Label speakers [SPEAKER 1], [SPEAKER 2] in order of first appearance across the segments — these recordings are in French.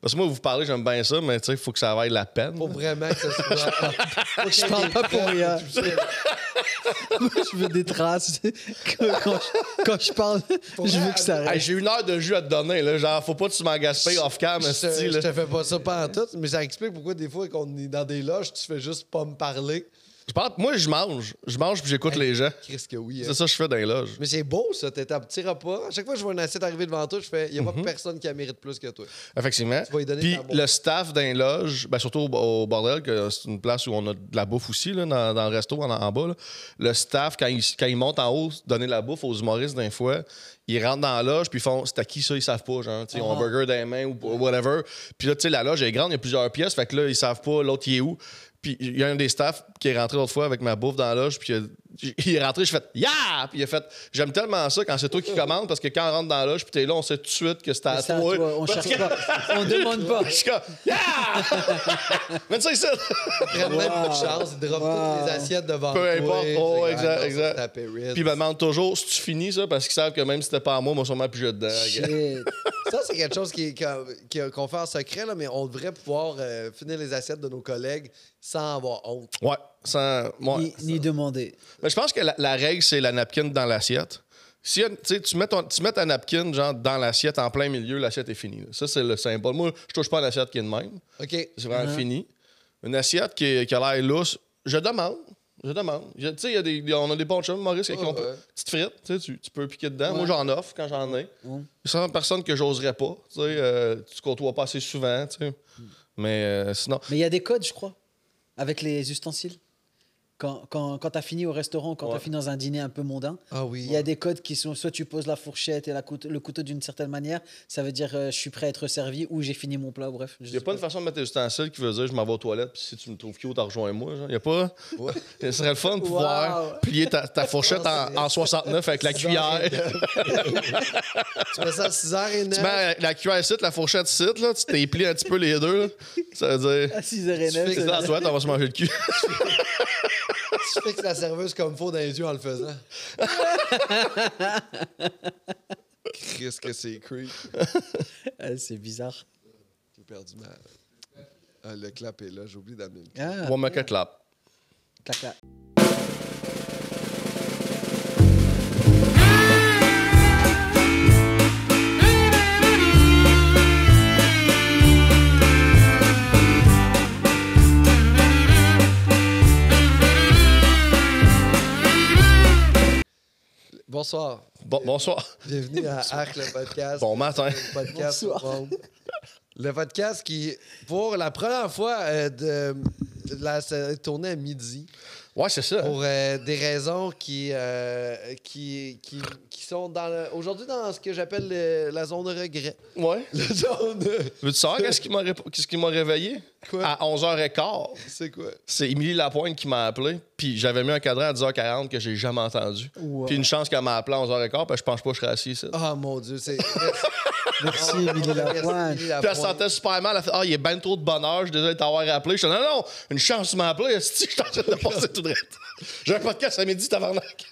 [SPEAKER 1] Parce que moi, vous parlez, j'aime bien ça, mais tu sais, il faut que ça vaille la peine.
[SPEAKER 2] Faut vraiment que ce soit. Faut
[SPEAKER 3] Je
[SPEAKER 2] qu'il y ait
[SPEAKER 3] parle
[SPEAKER 2] des
[SPEAKER 3] pas pour
[SPEAKER 2] preuves,
[SPEAKER 3] rien.
[SPEAKER 2] tout ça.
[SPEAKER 3] Moi, je veux des traces. Quand, quand je, quand je parle, je veux que ça
[SPEAKER 1] Hey,
[SPEAKER 3] reste.
[SPEAKER 1] J'ai une heure de jus à te donner, là. Genre, faut pas que tu m'en gaspilles off-cam,
[SPEAKER 2] Je te,
[SPEAKER 1] esti,
[SPEAKER 2] je
[SPEAKER 1] Ah, là.
[SPEAKER 2] te fais pas ça pas en tout, mais ça explique pourquoi des fois qu'on est dans des loges, tu fais juste pas me parler.
[SPEAKER 1] Je parle- Moi, je mange. Je mange puis j'écoute les gens.
[SPEAKER 2] Qu'est-ce que oui. hein.
[SPEAKER 1] C'est ça que je fais dans les loges.
[SPEAKER 2] Mais c'est beau ça, t'es un petit repas. À chaque fois que je vois un assiette arriver devant toi, je fais, il y a
[SPEAKER 1] Mm-hmm.
[SPEAKER 2] pas personne qui en mérite plus que toi.
[SPEAKER 1] Effectivement.
[SPEAKER 2] vas y donner
[SPEAKER 1] Puis
[SPEAKER 2] ta bouffe.
[SPEAKER 1] le staff d'un loge, ben surtout au, au bordel, que c'est une place où on a de la bouffe aussi, là, dans, dans le resto en, en bas. là. Le staff, quand ils quand ils montent en haut, donner de la bouffe aux humoristes d'un fois, ils rentrent dans la loge, puis ils font c'est à qui ça, ils savent pas, genre, tu sais, ils ont un burger dans les mains ou whatever. Puis là, tu sais, la loge est grande, il y a plusieurs pièces, fait que là, ils savent pas l'autre il est où. Puis il y a un des staffs qui est rentré l'autre fois avec ma bouffe dans la loge, puis il a- il est rentré, je fais Yeah! Puis il a fait J'aime tellement ça quand c'est toi qui commandes, parce que quand on rentre dans la loge, puis t'es là, on sait tout de suite que c'est à
[SPEAKER 3] C'est à
[SPEAKER 1] toi.
[SPEAKER 3] toi, on
[SPEAKER 1] Parce
[SPEAKER 3] cherche pas. On demande pas.
[SPEAKER 1] je suis comme, yeah! Mais tu sais, ça.
[SPEAKER 2] Ils prennent même pas de chance, ils droppent
[SPEAKER 3] Wow.
[SPEAKER 2] toutes les assiettes devant
[SPEAKER 1] Peu
[SPEAKER 2] toi.
[SPEAKER 1] importe.
[SPEAKER 2] C'est
[SPEAKER 1] Oh,
[SPEAKER 2] comme,
[SPEAKER 1] exact,
[SPEAKER 2] ah non, ça,
[SPEAKER 1] exact.
[SPEAKER 2] c'est à Perrine.
[SPEAKER 1] Puis ben- ils me demandent toujours si tu finis ça parce qu'ils savent que même si c'était pas à moi, moi sûrement plus je dedans.
[SPEAKER 3] Shit.
[SPEAKER 2] Ça, c'est quelque chose qui est comme- qui- qu'on fait en secret, là, mais on devrait pouvoir euh, finir les assiettes de nos collègues sans avoir honte.
[SPEAKER 1] Ouais. Sans, ouais.
[SPEAKER 3] Ni, ni demander.
[SPEAKER 1] Mais je pense que la, la règle, c'est la napkin dans l'assiette. Si tu sais, tu mets, ton, tu mets ta napkin genre, dans l'assiette, en plein milieu, l'assiette est finie. là. Ça, c'est le symbole. Moi, je touche pas à l'assiette qui est de même.
[SPEAKER 2] OK.
[SPEAKER 1] C'est vraiment fini. Une assiette qui, est- qui a l'air lousse, je demande. Je demande. Je- Tu sais, il y a des- on a des bons chums, Maurice, qui
[SPEAKER 2] Ouais,
[SPEAKER 1] ont
[SPEAKER 2] ouais.
[SPEAKER 1] petite frite, tu, sais, tu- tu peux piquer dedans. Moi, j'en offre quand j'en ai.
[SPEAKER 3] Ouais.
[SPEAKER 1] C'est une personne que j'oserais pas. Tu sais, euh, tu côtoies pas assez souvent, tu sais. Mais euh, sinon,
[SPEAKER 3] Mais il y a des codes, je crois, avec les ustensiles. Quand, quand, quand tu as fini au restaurant, quand tu
[SPEAKER 1] Ouais.
[SPEAKER 3] as fini dans un dîner un peu mondain,
[SPEAKER 2] Ah oui.
[SPEAKER 3] il y a des codes qui sont soit tu poses la fourchette et la coute- le couteau d'une certaine manière, ça veut dire euh, je suis prêt à être servi ou j'ai fini mon plat, bref. je
[SPEAKER 1] il n'y a
[SPEAKER 3] sais
[SPEAKER 1] pas une façon de mettre des ustensiles qui veut dire je m'en vais aux toilettes, puis si tu me trouves cute, rejoins-moi. Il n'y a pas. Ce serait le fun de pouvoir
[SPEAKER 3] Wow.
[SPEAKER 1] plier ta, ta fourchette en, en 69 avec la cuillère.
[SPEAKER 2] Tu fais ça à 6h09.
[SPEAKER 1] Tu mets la cuillère ici, la fourchette ici, là, tu t'es plié un petit peu les deux. là. Ça veut dire.
[SPEAKER 3] À 6h09,
[SPEAKER 2] Tu fais
[SPEAKER 1] C'est dans la
[SPEAKER 3] c'est-
[SPEAKER 1] toilette, on va se manger le cul.
[SPEAKER 2] Tu fixes la serveuse comme faut dans les yeux en le faisant. Qu'est-ce que c'est creep.
[SPEAKER 3] Ah, c'est bizarre.
[SPEAKER 2] J'ai perdu ma. Ah, le clap est là, j'ai oublié d'amener le clap.
[SPEAKER 3] Ah,
[SPEAKER 1] One make a clap.
[SPEAKER 3] clac, clac.
[SPEAKER 2] Bonsoir.
[SPEAKER 1] Bon, bonsoir.
[SPEAKER 2] Bienvenue à Arc le podcast.
[SPEAKER 1] Bon matin.
[SPEAKER 2] Le podcast
[SPEAKER 3] Bonsoir.
[SPEAKER 2] au monde. Le podcast qui, pour la première fois, euh, de, de la ça a tourné à midi
[SPEAKER 1] Ouais, c'est ça.
[SPEAKER 2] pour euh, des raisons qui, euh, qui, qui, qui sont dans le- aujourd'hui dans ce que j'appelle le- la zone de regret.
[SPEAKER 1] Ouais.
[SPEAKER 2] La zone de-
[SPEAKER 1] Veux-tu savoir qu'est-ce qui m'a, ré- qu'est-ce qui m'a réveillé?
[SPEAKER 2] Quoi?
[SPEAKER 1] À 11h15,
[SPEAKER 2] C'est quoi?
[SPEAKER 1] c'est Émilie Lapointe qui m'a appelé. Puis j'avais mis un cadran à 10h40 que j'ai jamais entendu.
[SPEAKER 3] Wow.
[SPEAKER 1] Puis une chance qu'elle m'a appelé à 11h15, parce que je pense pas que je serais assis ici.
[SPEAKER 2] Ah mon Dieu, c'est.
[SPEAKER 3] Merci, Émilie Lapointe.
[SPEAKER 2] Ah, Émilie
[SPEAKER 1] Puis elle
[SPEAKER 2] Lapointe.
[SPEAKER 1] se sentait super mal. Elle fait Ah, il est ben trop de bonheur, je suis désolé de t'avoir appelé. Je dis Non, non, une chance, tu m'as appelé. Si, je suis en train de passer tout de suite. J'ai un podcast à midi, tabarnak.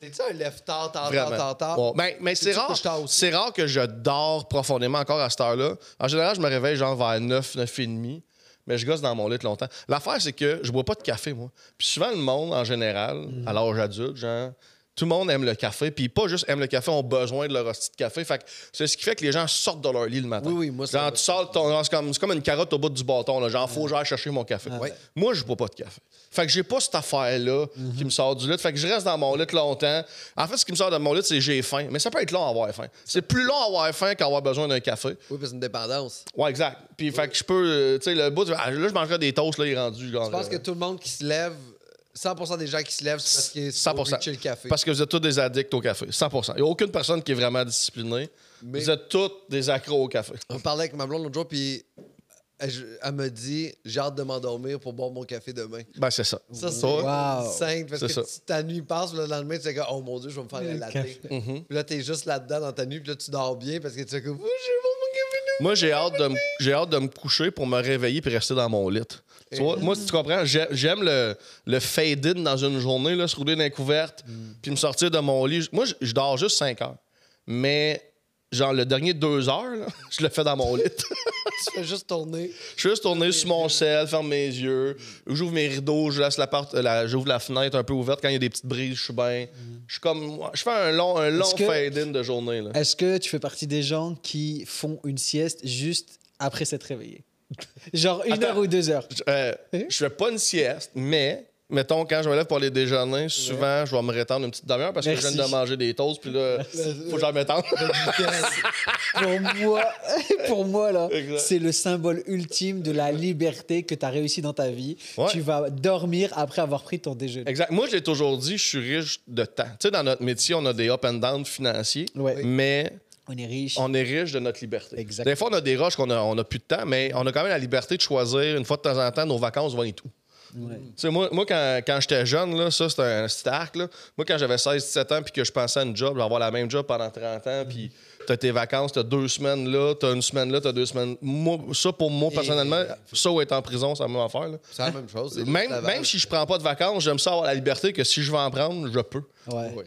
[SPEAKER 2] T'es-tu un lève-tard, tard, tard,
[SPEAKER 1] Vraiment.
[SPEAKER 2] tard, tard?
[SPEAKER 1] Ouais. Ben, mais c'est
[SPEAKER 2] T'es-tu
[SPEAKER 1] rare,
[SPEAKER 2] couche-tard aussi?
[SPEAKER 1] c'est rare que je dors profondément encore à cette heure-là. En général, je me réveille genre vers 9, 9 et demi. Mais je gosse dans mon lit longtemps. L'affaire, c'est que je bois pas de café, moi. Puis souvent, le monde, en général, à l'âge adulte, genre, tout le monde aime le café. Puis pas juste aime le café, ont besoin de leur hostie de café. Fait que c'est ce qui fait que les gens sortent de leur lit le matin.
[SPEAKER 2] Oui, oui, moi, c'est
[SPEAKER 1] Genre,
[SPEAKER 2] vrai.
[SPEAKER 1] tu sors ton. genre, C'est comme, c'est comme une carotte au bout du bâton, là. Genre, faut que j'aille chercher mon café.
[SPEAKER 2] Ouais.
[SPEAKER 1] Moi, je bois pas de café. Fait que j'ai pas cette affaire-là
[SPEAKER 2] Mhm.
[SPEAKER 1] qui me sort du lit. Fait que je reste dans mon lit longtemps. En fait, ce qui me sort de mon lit, c'est j'ai faim. Mais ça peut être long à avoir faim. C'est plus long à avoir faim qu'à avoir besoin d'un café.
[SPEAKER 2] Oui, parce que c'est une dépendance.
[SPEAKER 1] Ouais, exact. Puis, fait que je peux. euh, Tu sais, le bout, du- ah, là, je mangerai des toasts, là, il est rendu. Genre,
[SPEAKER 2] Je pense que
[SPEAKER 1] euh,
[SPEAKER 2] tout le monde qui se lève, 100% des gens qui se lèvent, c'est parce qu'ils sont
[SPEAKER 1] 100%.
[SPEAKER 2] reachés le café.
[SPEAKER 1] Parce que vous êtes tous des addicts au café. 100%. Il n'y a aucune personne qui est vraiment disciplinée.
[SPEAKER 2] Mais-
[SPEAKER 1] Vous êtes tous des accros au café.
[SPEAKER 2] On parlait avec ma blonde l'autre jour, puis elle, je- elle me dit J'ai hâte de m'endormir pour boire mon café demain.
[SPEAKER 1] Ben, c'est ça.
[SPEAKER 2] Ça, c'est
[SPEAKER 1] Ouais.
[SPEAKER 3] Wow.
[SPEAKER 2] simple, parce
[SPEAKER 1] C'est
[SPEAKER 2] que
[SPEAKER 1] ça.
[SPEAKER 2] tu- ta nuit passe, puis là, le lendemain, tu sais que, oh mon Dieu, je vais me faire un latte. Puis là, t'es juste là-dedans dans ta nuit, puis là, tu dors bien parce que tu sais que, oh, j'ai mon café demain.
[SPEAKER 1] Moi, j'ai hâte, de me, j'ai hâte de me coucher pour me réveiller puis rester dans mon lit. Tu vois, moi, si tu comprends, j'ai- j'aime le, le fade-in dans une journée, là, se rouler dans les couvertes, puis me sortir de mon lit. Moi, je, je dors juste 5 heures. Mais genre le dernier deux heures, là, je le fais dans mon lit.
[SPEAKER 2] tu fais juste tourner.
[SPEAKER 1] je suis juste tourné sur mon sel, ferme mes yeux, j'ouvre mes rideaux, je laisse la porte, la- j'ouvre la fenêtre un peu ouverte quand il y a des petites brises, je suis bien. Je suis comme, je fais un long, un long
[SPEAKER 3] Est-ce que-
[SPEAKER 1] fade-in de journée. Là.
[SPEAKER 3] Est-ce que tu fais partie des gens qui font une sieste juste après s'être réveillé Genre une
[SPEAKER 1] Attends.
[SPEAKER 3] heure ou deux heures.
[SPEAKER 1] Je, euh, je fais pas une sieste, mais mettons, quand je me lève pour aller déjeuner, souvent, je vais me rétendre une petite demi-heure parce que je
[SPEAKER 3] Merci.
[SPEAKER 1] viens de manger des toasts, puis là, faut que j'en m'étende.
[SPEAKER 3] Pour moi, pour moi là,
[SPEAKER 1] Exact.
[SPEAKER 3] c'est le symbole ultime de la liberté que tu as réussi dans ta vie.
[SPEAKER 1] Ouais.
[SPEAKER 3] Tu vas dormir après avoir pris ton déjeuner.
[SPEAKER 1] Exact. Moi, j'ai toujours dit, je suis riche de temps. Tu sais, dans notre métier, on a des up and down financiers,
[SPEAKER 3] Ouais.
[SPEAKER 1] mais
[SPEAKER 3] On est riche.
[SPEAKER 1] on est riche de notre liberté.
[SPEAKER 3] Exact.
[SPEAKER 1] Des fois, on a des roches qu'on a, on a plus de temps, mais on a quand même la liberté de choisir une fois de temps en temps nos vacances, vont et tout.
[SPEAKER 3] Ouais.
[SPEAKER 1] Tu sais, moi, moi, quand, quand j'étais jeune, là, ça, c'était un stark. Là. Moi, quand j'avais 16-17 ans, puis que je pensais à une job, avoir la même job pendant 30 ans, puis t'as tes vacances, t'as deux semaines là, t'as une semaine là, t'as deux semaines. Moi, ça, pour moi, personnellement, ça ou être en prison, ça m'a même affaire. là.
[SPEAKER 2] C'est la même chose. c'est
[SPEAKER 1] Même,
[SPEAKER 2] l'esclavage.
[SPEAKER 1] même si je prends pas de vacances, j'aime ça avoir la liberté que si je veux en prendre, je peux.
[SPEAKER 3] Ouais.
[SPEAKER 2] Oui.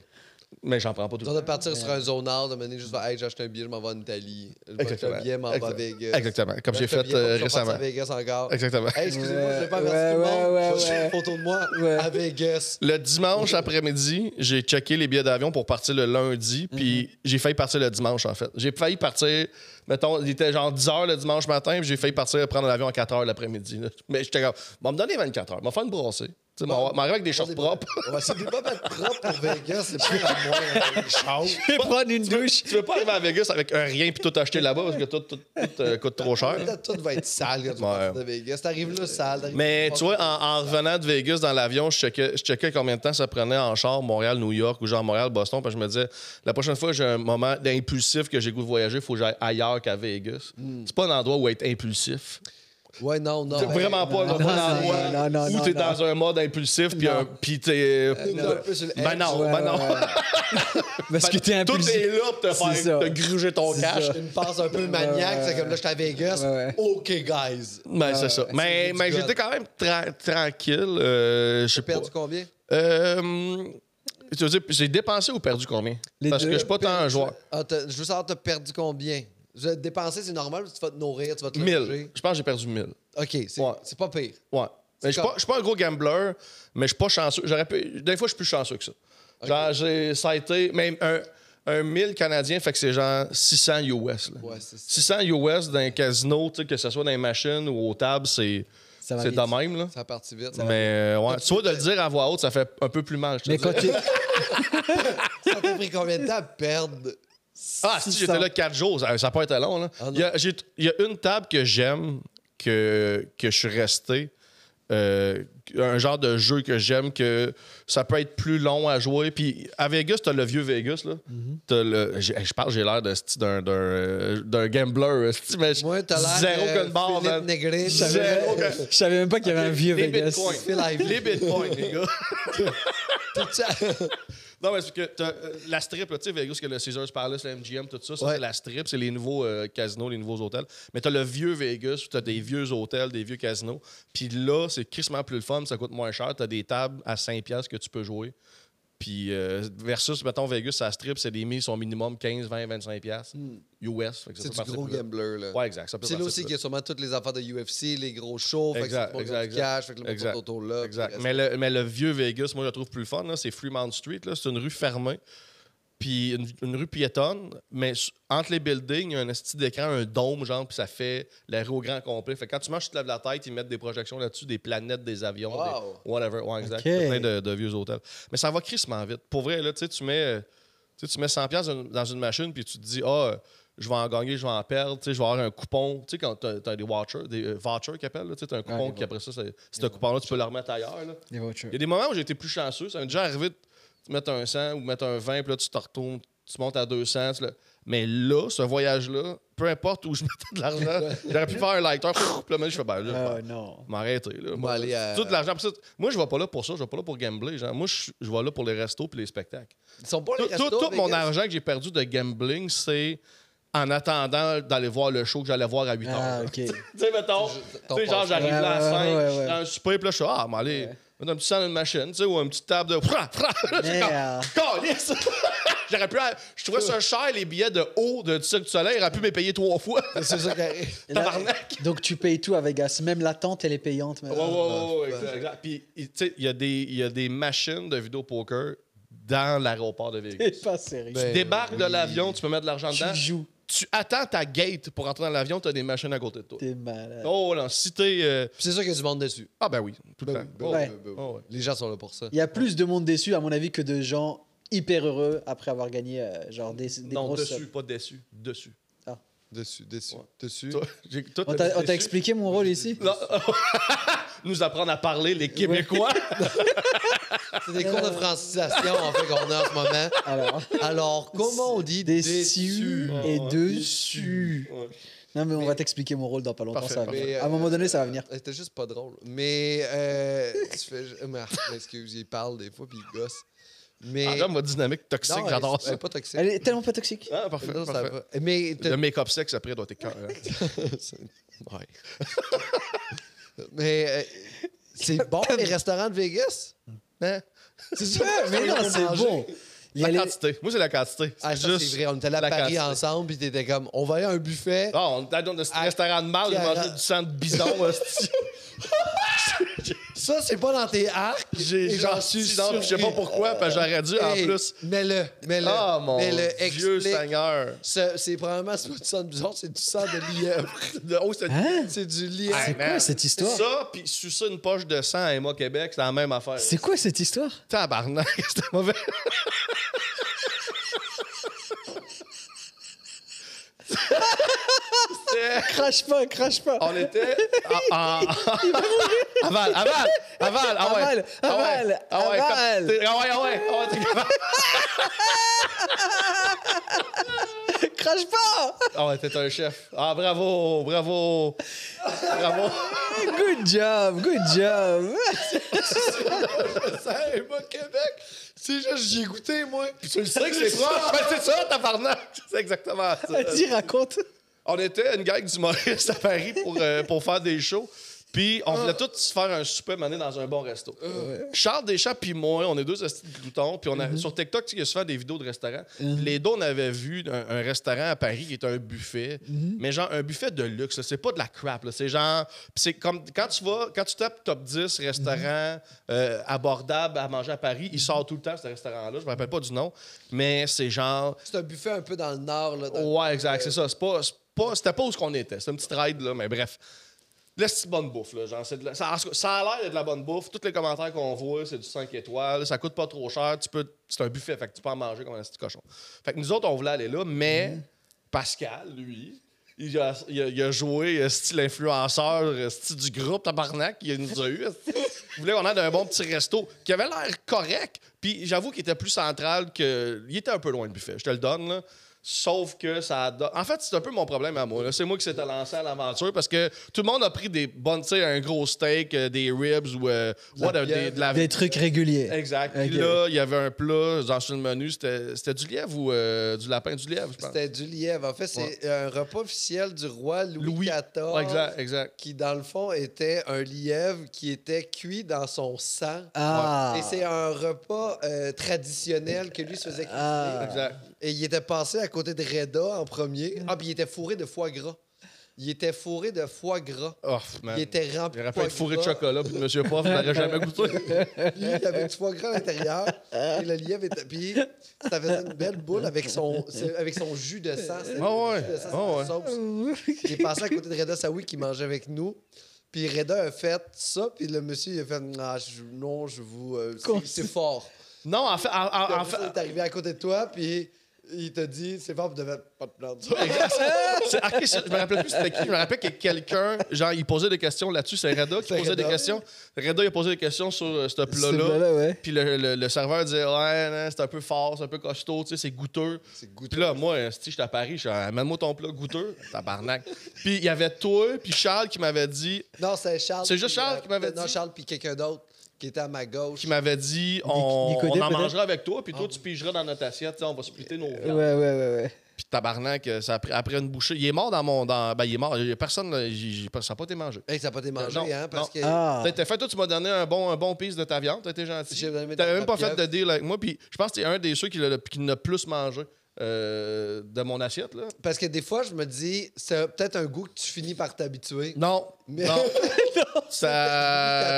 [SPEAKER 1] Mais j'en prends pas tout
[SPEAKER 2] Donc,
[SPEAKER 1] le
[SPEAKER 2] de
[SPEAKER 1] temps.
[SPEAKER 2] partir sur un zonard, de mener juste, hey, j'ai acheté un billet, je m'en vais en Italie. Je vais acheter un billet, m'en vais à Vegas.
[SPEAKER 1] Exactement, comme j'ai fait
[SPEAKER 2] J'achète un billet,
[SPEAKER 1] euh,
[SPEAKER 2] je vais partir
[SPEAKER 1] récemment.
[SPEAKER 2] à Vegas encore.
[SPEAKER 1] Exactement.
[SPEAKER 2] Hey, excusez-moi, je vais pas
[SPEAKER 3] Ouais,
[SPEAKER 2] averti tout le monde.
[SPEAKER 3] ouais, ouais,
[SPEAKER 2] je vais
[SPEAKER 3] ouais.
[SPEAKER 2] une photo de moi
[SPEAKER 3] Ouais.
[SPEAKER 2] à Vegas.
[SPEAKER 1] Le dimanche après-midi, j'ai checké les billets d'avion pour partir le lundi, puis j'ai failli partir le dimanche, en fait. J'ai failli partir, mettons, il était genre 10 h le dimanche matin, puis j'ai failli partir prendre l'avion à 4 h l'après-midi. là. Mais j'étais comme, bon, me donner 24 heures, m'en faire une brassée. Tu sais, m'en- m'en arriver avec des
[SPEAKER 2] C'est
[SPEAKER 1] shorts
[SPEAKER 2] pas-
[SPEAKER 1] propres.
[SPEAKER 2] Ouais, c'est pas mettre propre pour Vegas, c'est pas hein. la moindre
[SPEAKER 3] Je vais prendre une douche.
[SPEAKER 1] tu veux pas arriver à Vegas avec un rien puis tout acheter là-bas parce que tout, tout- tout, euh, coûte trop cher.
[SPEAKER 2] chose. Tout va être sale quand tu
[SPEAKER 1] Ouais.
[SPEAKER 2] partir de Vegas. T'arrives là sale. t'arrives-
[SPEAKER 1] Mais tu vois, en, en revenant de Vegas dans l'avion, je checkais, je checkais combien de temps ça prenait en char Montréal-New York ou genre Montréal-Boston. Parce que je me disais, la prochaine fois que j'ai un moment d'impulsif que j'ai goût de voyager, il faut que j'aille ailleurs qu'à Vegas.
[SPEAKER 3] Hmm.
[SPEAKER 1] C'est pas un endroit où être impulsif.
[SPEAKER 2] Ouais, non, non.
[SPEAKER 1] C'est
[SPEAKER 2] ben,
[SPEAKER 1] vraiment pas
[SPEAKER 3] non,
[SPEAKER 1] un
[SPEAKER 3] non,
[SPEAKER 1] endroit
[SPEAKER 3] non, non, non, Euh,
[SPEAKER 1] où t'es
[SPEAKER 3] non.
[SPEAKER 1] dans un mode impulsif puis un- puis t'es.
[SPEAKER 2] t'es un peu sur le
[SPEAKER 1] Ben
[SPEAKER 2] edge.
[SPEAKER 1] non,
[SPEAKER 3] Ouais,
[SPEAKER 1] ben non.
[SPEAKER 3] ouais, ouais. Parce que t'es
[SPEAKER 1] Tout
[SPEAKER 3] impulsif.
[SPEAKER 1] est là pour te
[SPEAKER 3] C'est
[SPEAKER 1] faire
[SPEAKER 3] ça.
[SPEAKER 1] te gruger ton
[SPEAKER 3] C'est
[SPEAKER 1] cash.
[SPEAKER 3] ça.
[SPEAKER 2] Une passe un peu maniaque, c'est comme là, j'étais à Vegas.
[SPEAKER 3] Ouais, ouais.
[SPEAKER 2] OK, guys.
[SPEAKER 1] Ben, c'est ça. Mais, mais
[SPEAKER 2] ridicule.
[SPEAKER 1] j'étais quand même tra- tranquille. euh, je sais
[SPEAKER 2] J'ai
[SPEAKER 1] pas.
[SPEAKER 2] perdu combien?
[SPEAKER 1] Euh, tu veux dire, j'ai dépensé ou perdu combien?
[SPEAKER 3] Les
[SPEAKER 1] Parce
[SPEAKER 3] deux.
[SPEAKER 1] que je suis pas tant un joueur.
[SPEAKER 2] Ah, t'as- je veux savoir, t'as perdu combien? Je- Dépenser, c'est normal, parce que tu vas te nourrir, tu vas te
[SPEAKER 1] 1000.
[SPEAKER 2] loger.
[SPEAKER 1] Je pense que j'ai perdu 1000.
[SPEAKER 2] OK, c'est
[SPEAKER 1] Ouais.
[SPEAKER 2] c'est pas pire.
[SPEAKER 1] Ouais. Mais je suis
[SPEAKER 2] comme-
[SPEAKER 1] pas, je suis pas un gros gambler, mais je suis pas chanceux. J'aurais pu- Des fois, je suis plus chanceux que ça. Genre, j'ai- ça a été même un, un 1000 canadien, fait que c'est genre 600 US. là.
[SPEAKER 2] Ouais, c'est ça.
[SPEAKER 1] 600 US dans un casino, tu sais, que ce soit dans les machines ou aux tables, c'est
[SPEAKER 3] Ça va
[SPEAKER 1] c'est
[SPEAKER 3] vite.
[SPEAKER 1] de même. Là.
[SPEAKER 2] Ça a parti vite.
[SPEAKER 1] Mais euh, ouais, tu vois, de le dire à voix haute, ça fait un peu plus mal. je te
[SPEAKER 3] Mais
[SPEAKER 1] dis.
[SPEAKER 3] quand tu.
[SPEAKER 2] Ça t'a pris combien de temps à perdre?
[SPEAKER 1] Ah, si j'étais là quatre jours, ça, ça peut être long. Là.
[SPEAKER 2] Ah, non.
[SPEAKER 1] il, y a, j'ai- il y a une table que j'aime, que, que je suis resté. euh, un genre de jeu que j'aime, que ça peut être plus long à jouer. Puis à Vegas, t'as le vieux Vegas. Là. T'as le, j'ai- je parle, j'ai l'air de sti- d'un, d'un, euh, d'un gambler. sti, mais
[SPEAKER 2] Moi, t'as l'air
[SPEAKER 1] zéro
[SPEAKER 2] de
[SPEAKER 1] gun barre,
[SPEAKER 2] Philippe
[SPEAKER 1] man.
[SPEAKER 2] Negrin.
[SPEAKER 1] Zéro gun-
[SPEAKER 3] Je savais même pas qu'il y avait un vieux
[SPEAKER 1] Les
[SPEAKER 3] Vegas.
[SPEAKER 1] bitcoins.
[SPEAKER 2] Phil Ivey.
[SPEAKER 1] Les bitcoins, les gars.
[SPEAKER 2] T'as-
[SPEAKER 1] Non, mais c'est que t'as, euh, la strip, là, tu sais, Vegas, que le Caesars Palace, le MGM, tout ça, ça
[SPEAKER 2] Ouais.
[SPEAKER 1] c'est la strip, c'est les nouveaux euh, casinos, les nouveaux hôtels. Mais t'as le vieux Vegas où t'as des vieux hôtels, des vieux casinos. Puis là, c'est crissement plus le fun, ça coûte moins cher. T'as des tables à 5$ piastres que tu peux jouer. Puis euh, versus, mettons, Vegas, sa strip, c'est des mises sont minimum 15, 20, 25$. piastres US. fait que ça peut
[SPEAKER 2] Hmm. C'est du
[SPEAKER 1] partir
[SPEAKER 2] gros
[SPEAKER 1] plus là.
[SPEAKER 2] gambler, là.
[SPEAKER 1] Ouais, exact. ça peut
[SPEAKER 2] C'est là
[SPEAKER 1] partir
[SPEAKER 2] aussi
[SPEAKER 1] plus
[SPEAKER 2] qu'il y a sûrement toutes les affaires de UFC, les gros shows, fait que
[SPEAKER 1] Exact,
[SPEAKER 2] c'est pour
[SPEAKER 1] exact,
[SPEAKER 2] du
[SPEAKER 1] exact.
[SPEAKER 2] cash, fait que le monde
[SPEAKER 1] Exact.
[SPEAKER 2] tourne autour là.
[SPEAKER 1] Exact.
[SPEAKER 2] puis le
[SPEAKER 1] Mais le, mais le vieux Vegas, moi, je le trouve plus fun. là. C'est Fremont Street. là. C'est une rue fermée. Puis une, une rue piétonne. Mais s- entre les buildings, il y a un esti d'écran, un dôme, genre, puis ça fait la rue au grand complet. Fait que quand tu marches, tu te lèves la tête, ils mettent des projections là-dessus, des planètes, des avions,
[SPEAKER 2] Wow.
[SPEAKER 1] des- whatever. Ouais, exact.
[SPEAKER 3] Ok.
[SPEAKER 1] Il y a plein de, de vieux hôtels. Mais ça va crissement vite. Pour vrai, là, tu sais, tu mets, euh, tu sais, tu mets 100$ dans une- dans une machine, puis tu te dis, ah, euh, je vais en gagner, je vais en perdre, tu sais, je vais avoir un coupon. Tu sais, quand t'as as des vouchers, des euh, vouchers qu'ils appellent, là, tu sais, t'as un coupon
[SPEAKER 3] les
[SPEAKER 1] qui, après ça, c'est c'est un coupon-là, tu peux le remettre ailleurs. là.
[SPEAKER 3] Les vouchers.
[SPEAKER 1] Il y a des moments où j'ai été plus chanceux. Ça m'est déjà arrivé de te mettre un 100 ou mettre un 20, puis là, tu te retournes, tu montes à 200. tu le- Mais là, ce voyage-là, peu importe où je mettais de l'argent, j'aurais pu faire un lighter, puis là, mais je fais, ben là, je vais
[SPEAKER 3] Oh non.
[SPEAKER 1] m'arrêter. là.
[SPEAKER 2] va aller à-
[SPEAKER 3] euh,
[SPEAKER 1] Tout de l'argent. puis ça, Moi, je vais pas là pour ça, je vais pas là pour gambler. genre. Moi, je, je vais là pour les restos puis les spectacles.
[SPEAKER 2] podcast. Ils sont pas les
[SPEAKER 1] Tout, tout-
[SPEAKER 2] restos,
[SPEAKER 1] tout mon
[SPEAKER 2] Vegas?
[SPEAKER 1] argent que j'ai perdu de gambling, c'est en attendant d'aller voir le show que j'allais voir à 8 heures.
[SPEAKER 3] Ah, ok.
[SPEAKER 1] Tu sais, mettons,
[SPEAKER 2] Je-
[SPEAKER 1] tu
[SPEAKER 2] ton
[SPEAKER 1] sais, genre,
[SPEAKER 2] passé.
[SPEAKER 1] j'arrive là à
[SPEAKER 3] Ouais,
[SPEAKER 1] 5,
[SPEAKER 3] ouais, ouais,
[SPEAKER 1] je suis
[SPEAKER 3] ouais.
[SPEAKER 1] dans un souper, puis là, je suis, ah, mais allez, mettre un petit sang dans une machine, tu sais, ou une petite table de. Fra, fra, là, j'ai
[SPEAKER 3] Merde.
[SPEAKER 1] comme, Calisse! J'aurais pu. Je trouvais ça cher, les billets de haut de, du Cirque du Soleil. J'aurais pu me payer trois fois.
[SPEAKER 2] C'est ça qui arrive.
[SPEAKER 3] Et là-
[SPEAKER 1] Tabarnak.
[SPEAKER 3] donc tu payes tout à Vegas, même la tente elle est payante. mais-
[SPEAKER 1] Ouais, ouais, ouais, ouais, exact, exact. Puis, tu sais, il y, a des- il y a des machines de vidéo poker dans l'aéroport de Vegas.
[SPEAKER 3] C'est pas sérieux.
[SPEAKER 2] Ben,
[SPEAKER 1] Tu débarques de
[SPEAKER 2] oui.
[SPEAKER 1] l'avion, tu peux mettre de l'argent
[SPEAKER 3] tu
[SPEAKER 1] dedans.
[SPEAKER 3] joues,
[SPEAKER 1] Tu attends ta gate pour entrer dans l'avion, tu as des machines à côté de toi.
[SPEAKER 3] t'es malade.
[SPEAKER 1] Oh là, si t'es. euh,
[SPEAKER 2] Puis c'est sûr qu'il y a du monde dessus.
[SPEAKER 1] Ah ben oui, tout le
[SPEAKER 2] Ben oui,
[SPEAKER 1] temps. Oh,
[SPEAKER 2] ben oui,
[SPEAKER 3] Ouais.
[SPEAKER 2] ben oui.
[SPEAKER 1] Oh, ouais.
[SPEAKER 2] Les gens sont là pour ça.
[SPEAKER 3] Il y a plus de monde déçu à mon avis que de gens hyper heureux après avoir gagné euh, genre des, des
[SPEAKER 1] non,
[SPEAKER 3] grosses.
[SPEAKER 1] dessus, pas dessus. Dessus.
[SPEAKER 2] Dessus, dessus,
[SPEAKER 1] Ouais.
[SPEAKER 2] dessus.
[SPEAKER 1] Toi, j'ai- toi,
[SPEAKER 3] On
[SPEAKER 1] t'as
[SPEAKER 3] t'a
[SPEAKER 1] dit
[SPEAKER 3] on t'a
[SPEAKER 1] dessus.
[SPEAKER 3] expliqué mon rôle ici
[SPEAKER 1] Non. Nous apprendre à parler les Québécois.
[SPEAKER 2] C'est des cours de francisation en fait qu'on a en ce moment.
[SPEAKER 3] Alors,
[SPEAKER 2] Alors, comment on dit
[SPEAKER 3] déçu
[SPEAKER 2] dessus?
[SPEAKER 3] et
[SPEAKER 1] Ouais, ouais.
[SPEAKER 3] dessus.
[SPEAKER 1] Ouais.
[SPEAKER 3] Non mais on
[SPEAKER 2] Mais-
[SPEAKER 3] va t'expliquer mon rôle dans pas longtemps.
[SPEAKER 1] Parfait,
[SPEAKER 3] ça va
[SPEAKER 1] parfait.
[SPEAKER 3] venir.
[SPEAKER 2] Mais, euh,
[SPEAKER 3] À un moment donné, ça va venir.
[SPEAKER 2] C'était juste pas drôle. Mais euh, tu fais. mais, ah, Excuse, il parle des fois puis il gosse. Mais.
[SPEAKER 1] Ah, j'aime votre dynamique toxique,
[SPEAKER 2] Non,
[SPEAKER 1] j'adore
[SPEAKER 2] elle-
[SPEAKER 1] ça.
[SPEAKER 2] elle est pas toxique.
[SPEAKER 3] Elle est tellement pas toxique.
[SPEAKER 1] Ah, parfait,
[SPEAKER 2] Non, ça
[SPEAKER 1] parfait.
[SPEAKER 2] va. Mais t'as-
[SPEAKER 1] Le make-up sexe après doit être cœur.
[SPEAKER 2] ouais. mais euh, c'est bon les restaurants de Vegas. Hein? C'est ça.
[SPEAKER 3] Mais Ah non, c'est bon. Il y a
[SPEAKER 1] La
[SPEAKER 3] les-
[SPEAKER 1] quantité. Moi, c'est la quantité.
[SPEAKER 2] Ah,
[SPEAKER 1] C'est
[SPEAKER 2] ça, c'est vrai. On était allés à
[SPEAKER 1] la
[SPEAKER 2] Paris
[SPEAKER 1] quantité.
[SPEAKER 2] ensemble puis t'étais comme, on va aller à un buffet.
[SPEAKER 1] Ah, on était dans un petit
[SPEAKER 2] Ah,
[SPEAKER 1] restaurant de mal, je
[SPEAKER 2] Cara-
[SPEAKER 1] mangeais du sang de bison. hostie.
[SPEAKER 2] Ça, c'est pas dans tes arcs.
[SPEAKER 1] J'ai
[SPEAKER 2] Et
[SPEAKER 1] j'en
[SPEAKER 2] j'en
[SPEAKER 1] suis
[SPEAKER 2] suis
[SPEAKER 1] non, puis Je sais
[SPEAKER 2] surpris.
[SPEAKER 1] pas pourquoi, parce que j'aurais dû en
[SPEAKER 2] Hey,
[SPEAKER 1] plus.
[SPEAKER 2] Mets-le, mets-le.
[SPEAKER 1] Ah, mon
[SPEAKER 2] mets-le,
[SPEAKER 1] Dieu
[SPEAKER 2] explique.
[SPEAKER 1] Seigneur.
[SPEAKER 2] Ce- C'est probablement c'est pas du sang de bizarre, c'est du sang de lièvre.
[SPEAKER 1] De haut, c'est
[SPEAKER 3] Hein
[SPEAKER 2] c'est du
[SPEAKER 1] Hey,
[SPEAKER 2] lièvre.
[SPEAKER 3] quoi
[SPEAKER 1] man.
[SPEAKER 3] cette histoire?
[SPEAKER 1] Ça, puis sucer une poche de sang à Emma Québec, c'est la même affaire.
[SPEAKER 3] C'est quoi cette histoire
[SPEAKER 1] Tabarnak, c'était mauvais. C'était-
[SPEAKER 3] Crache pas, crache pas.
[SPEAKER 2] Oh,
[SPEAKER 1] On était. Ah, ah, aval, aval, aval, ah ouais.
[SPEAKER 3] Aval,
[SPEAKER 1] Ah ouais, ah ouais, comme-
[SPEAKER 3] aval, aval.
[SPEAKER 1] t'es- Ah ouais, ah ouais, ah ouais, t'es capable.
[SPEAKER 3] Crache pas
[SPEAKER 1] Ah ouais, t'es un chef. Ah bravo, bravo, bravo.
[SPEAKER 3] Good job, good job.
[SPEAKER 2] Ça, et moi, Québec, c'est juste, j'ai goûté, moi.
[SPEAKER 1] Puis tu le sais que c'est proche, mais c'est ça, tabarnak. C'est exactement ça.
[SPEAKER 3] Vas-y, raconte.
[SPEAKER 1] On était une gang d'humoristes à Paris pour, euh, pour faire des shows. Puis on voulait tous se faire un souper mané dans un bon resto. Charles Deschamps puis moi, on est deux hosties de gloutons. Puis on a, sur TikTok, tu sais, il y a souvent des vidéos de restaurants. Les deux, on avait vu un, un restaurant à Paris qui est un buffet. Mais genre un buffet de luxe. là. C'est pas de la crap. là. C'est genre... puis c'est comme quand tu vas... Quand tu tapes top 10 restaurants euh, abordables à manger à Paris, il sort tout le temps ce restaurant-là. Je me rappelle pas du nom. Mais c'est genre...
[SPEAKER 2] C'est un buffet un peu dans le nord, là. dans-
[SPEAKER 1] Ouais, exact, c'est ça. C'est pas, c'est pas- c'était pas où ce qu'on était. C'était une petite ride, là, mais bref. La petite bonne bouffe, là. Genre, c'est de la- ça, en tout cas, ça a l'air d'être de la bonne bouffe. Tous les commentaires qu'on voit, c'est du 5 étoiles. Ça coûte pas trop cher. Tu peux, c'est un buffet, fait que tu peux en manger comme un petit cochon. Fait que nous autres, on voulait aller là, mais Pascal, lui, il a, il a- il a joué euh, style influenceur euh, style du groupe Tabarnak. Il nous a eu. euh, style. Il voulait qu'on aille dans un bon petit resto qui avait l'air correct. Puis j'avoue qu'il était plus central que. Il était un peu loin du buffet, je te le donne. Là. Sauf que ça donne. En fait, c'est un peu mon problème à moi. là. C'est moi qui s'étais lancé à l'aventure parce que tout le monde a pris des bonnes, tu sais, un gros steak, euh, des ribs ou euh, what, euh, des- de la
[SPEAKER 3] Des trucs réguliers.
[SPEAKER 1] Exact. Puis
[SPEAKER 3] Ok.
[SPEAKER 1] là, il y avait un plat dans sur le menu. C'était c'était du lièvre ou euh, du lapin du lièvre, je pense.
[SPEAKER 2] C'était du lièvre. En fait, c'est
[SPEAKER 1] Ouais.
[SPEAKER 2] un repas officiel du roi Louis,
[SPEAKER 1] Louis.
[SPEAKER 2] XIV.
[SPEAKER 1] Ouais, exact, exact.
[SPEAKER 2] Qui, dans le fond, était un lièvre qui était cuit dans son sang.
[SPEAKER 3] Ah.
[SPEAKER 2] Et c'est un repas euh, traditionnel que lui se faisait cuisiner.
[SPEAKER 3] Ah.
[SPEAKER 1] Exact.
[SPEAKER 2] Et il était passé à côté de Reda en
[SPEAKER 1] Mm.
[SPEAKER 2] premier. Ah, puis il était fourré de foie gras. Il était fourré de foie gras.
[SPEAKER 1] Oh, man.
[SPEAKER 2] Il était rempli
[SPEAKER 1] Il aurait pu
[SPEAKER 2] foie
[SPEAKER 1] être fourré de
[SPEAKER 2] gras.
[SPEAKER 1] chocolat, puis de Monsieur Poff, je l'aurais jamais goûté.
[SPEAKER 2] Puis il y avait du foie gras à l'intérieur. Et le lièvre était. Puis ça faisait une belle boule avec son, c'est- avec son jus de sang. C'est-
[SPEAKER 1] Ah ouais.
[SPEAKER 2] le jus de sang, c'est
[SPEAKER 1] Ah
[SPEAKER 2] la
[SPEAKER 1] ouais.
[SPEAKER 2] sauce. J'ai passé à côté de Reda Saoui qui mangeait avec nous. Puis Reda a fait ça, puis le monsieur il a fait Ah, je- non, je vous. euh, c'est-
[SPEAKER 3] Quoi?
[SPEAKER 2] c'est fort.
[SPEAKER 1] Non, en fait, en, en- en
[SPEAKER 2] En
[SPEAKER 1] fait-
[SPEAKER 2] est arrivé à côté de toi, puis il t'a dit C'est fort, vous devez pas te plaindre.
[SPEAKER 1] c'est- ok, c'est- je me rappelle plus c'était qui. Je me rappelle que quelqu'un, genre, il posait des questions là-dessus. C'est Reda qui
[SPEAKER 2] C'est
[SPEAKER 1] posait des
[SPEAKER 2] Reda.
[SPEAKER 1] questions. Reda, il a posé des questions sur euh, ce
[SPEAKER 3] Ce
[SPEAKER 1] plat-là.
[SPEAKER 3] là ouais.
[SPEAKER 1] Puis le, le- le serveur disait, ouais, non, c'est un peu fort, c'est un peu costaud, tu sais, c'est goûteux.
[SPEAKER 2] C'est
[SPEAKER 1] Puis
[SPEAKER 2] goûteux.
[SPEAKER 1] là, moi, euh, si j'étais à Paris, je suis amène-moi ton plat goûteux, tabarnak. Puis il y avait toi, puis Charles qui m'avait dit,
[SPEAKER 2] Non, c'est Charles.
[SPEAKER 1] C'est juste
[SPEAKER 2] puis,
[SPEAKER 1] Charles qui m'avait
[SPEAKER 2] Non,
[SPEAKER 1] dit.
[SPEAKER 2] Charles, puis quelqu'un d'autre qui était à ma gauche.
[SPEAKER 1] qui m'avait dit, on,
[SPEAKER 3] Nicodème,
[SPEAKER 1] on en
[SPEAKER 3] peut-être?
[SPEAKER 1] mangera avec toi, puis toi, tu pigeras dans notre assiette, tu sais, on va splitter nos.
[SPEAKER 3] Ouais, ouais, ouais, ouais.
[SPEAKER 1] Puis tabarnak, euh, ça a pris- après une bouchée. Il est mort dans mon. Dans, ben, il est mort. Il y a Personne, là, j'ai- j'ai- ça n'a pas été mangé.
[SPEAKER 2] Hey, ça n'a pas été mangé,
[SPEAKER 1] Non,
[SPEAKER 2] hein? Parce
[SPEAKER 1] non.
[SPEAKER 2] que.
[SPEAKER 3] Ah,
[SPEAKER 1] T'as été fait, toi, tu m'as donné un bon, un bon piece de ta viande, t'as été gentil.
[SPEAKER 2] J'ai
[SPEAKER 1] T'avais
[SPEAKER 2] aimé ta
[SPEAKER 1] même pas fait
[SPEAKER 2] pieuvre.
[SPEAKER 1] de deal avec moi, puis je pense que t'es un des ceux qui l'a le- qui n'a plus mangé euh, de mon assiette, là.
[SPEAKER 2] Parce que des fois, je me dis, c'est peut-être un goût que tu finis par t'habituer.
[SPEAKER 1] Non,
[SPEAKER 2] Mais-
[SPEAKER 1] non.
[SPEAKER 2] Euh...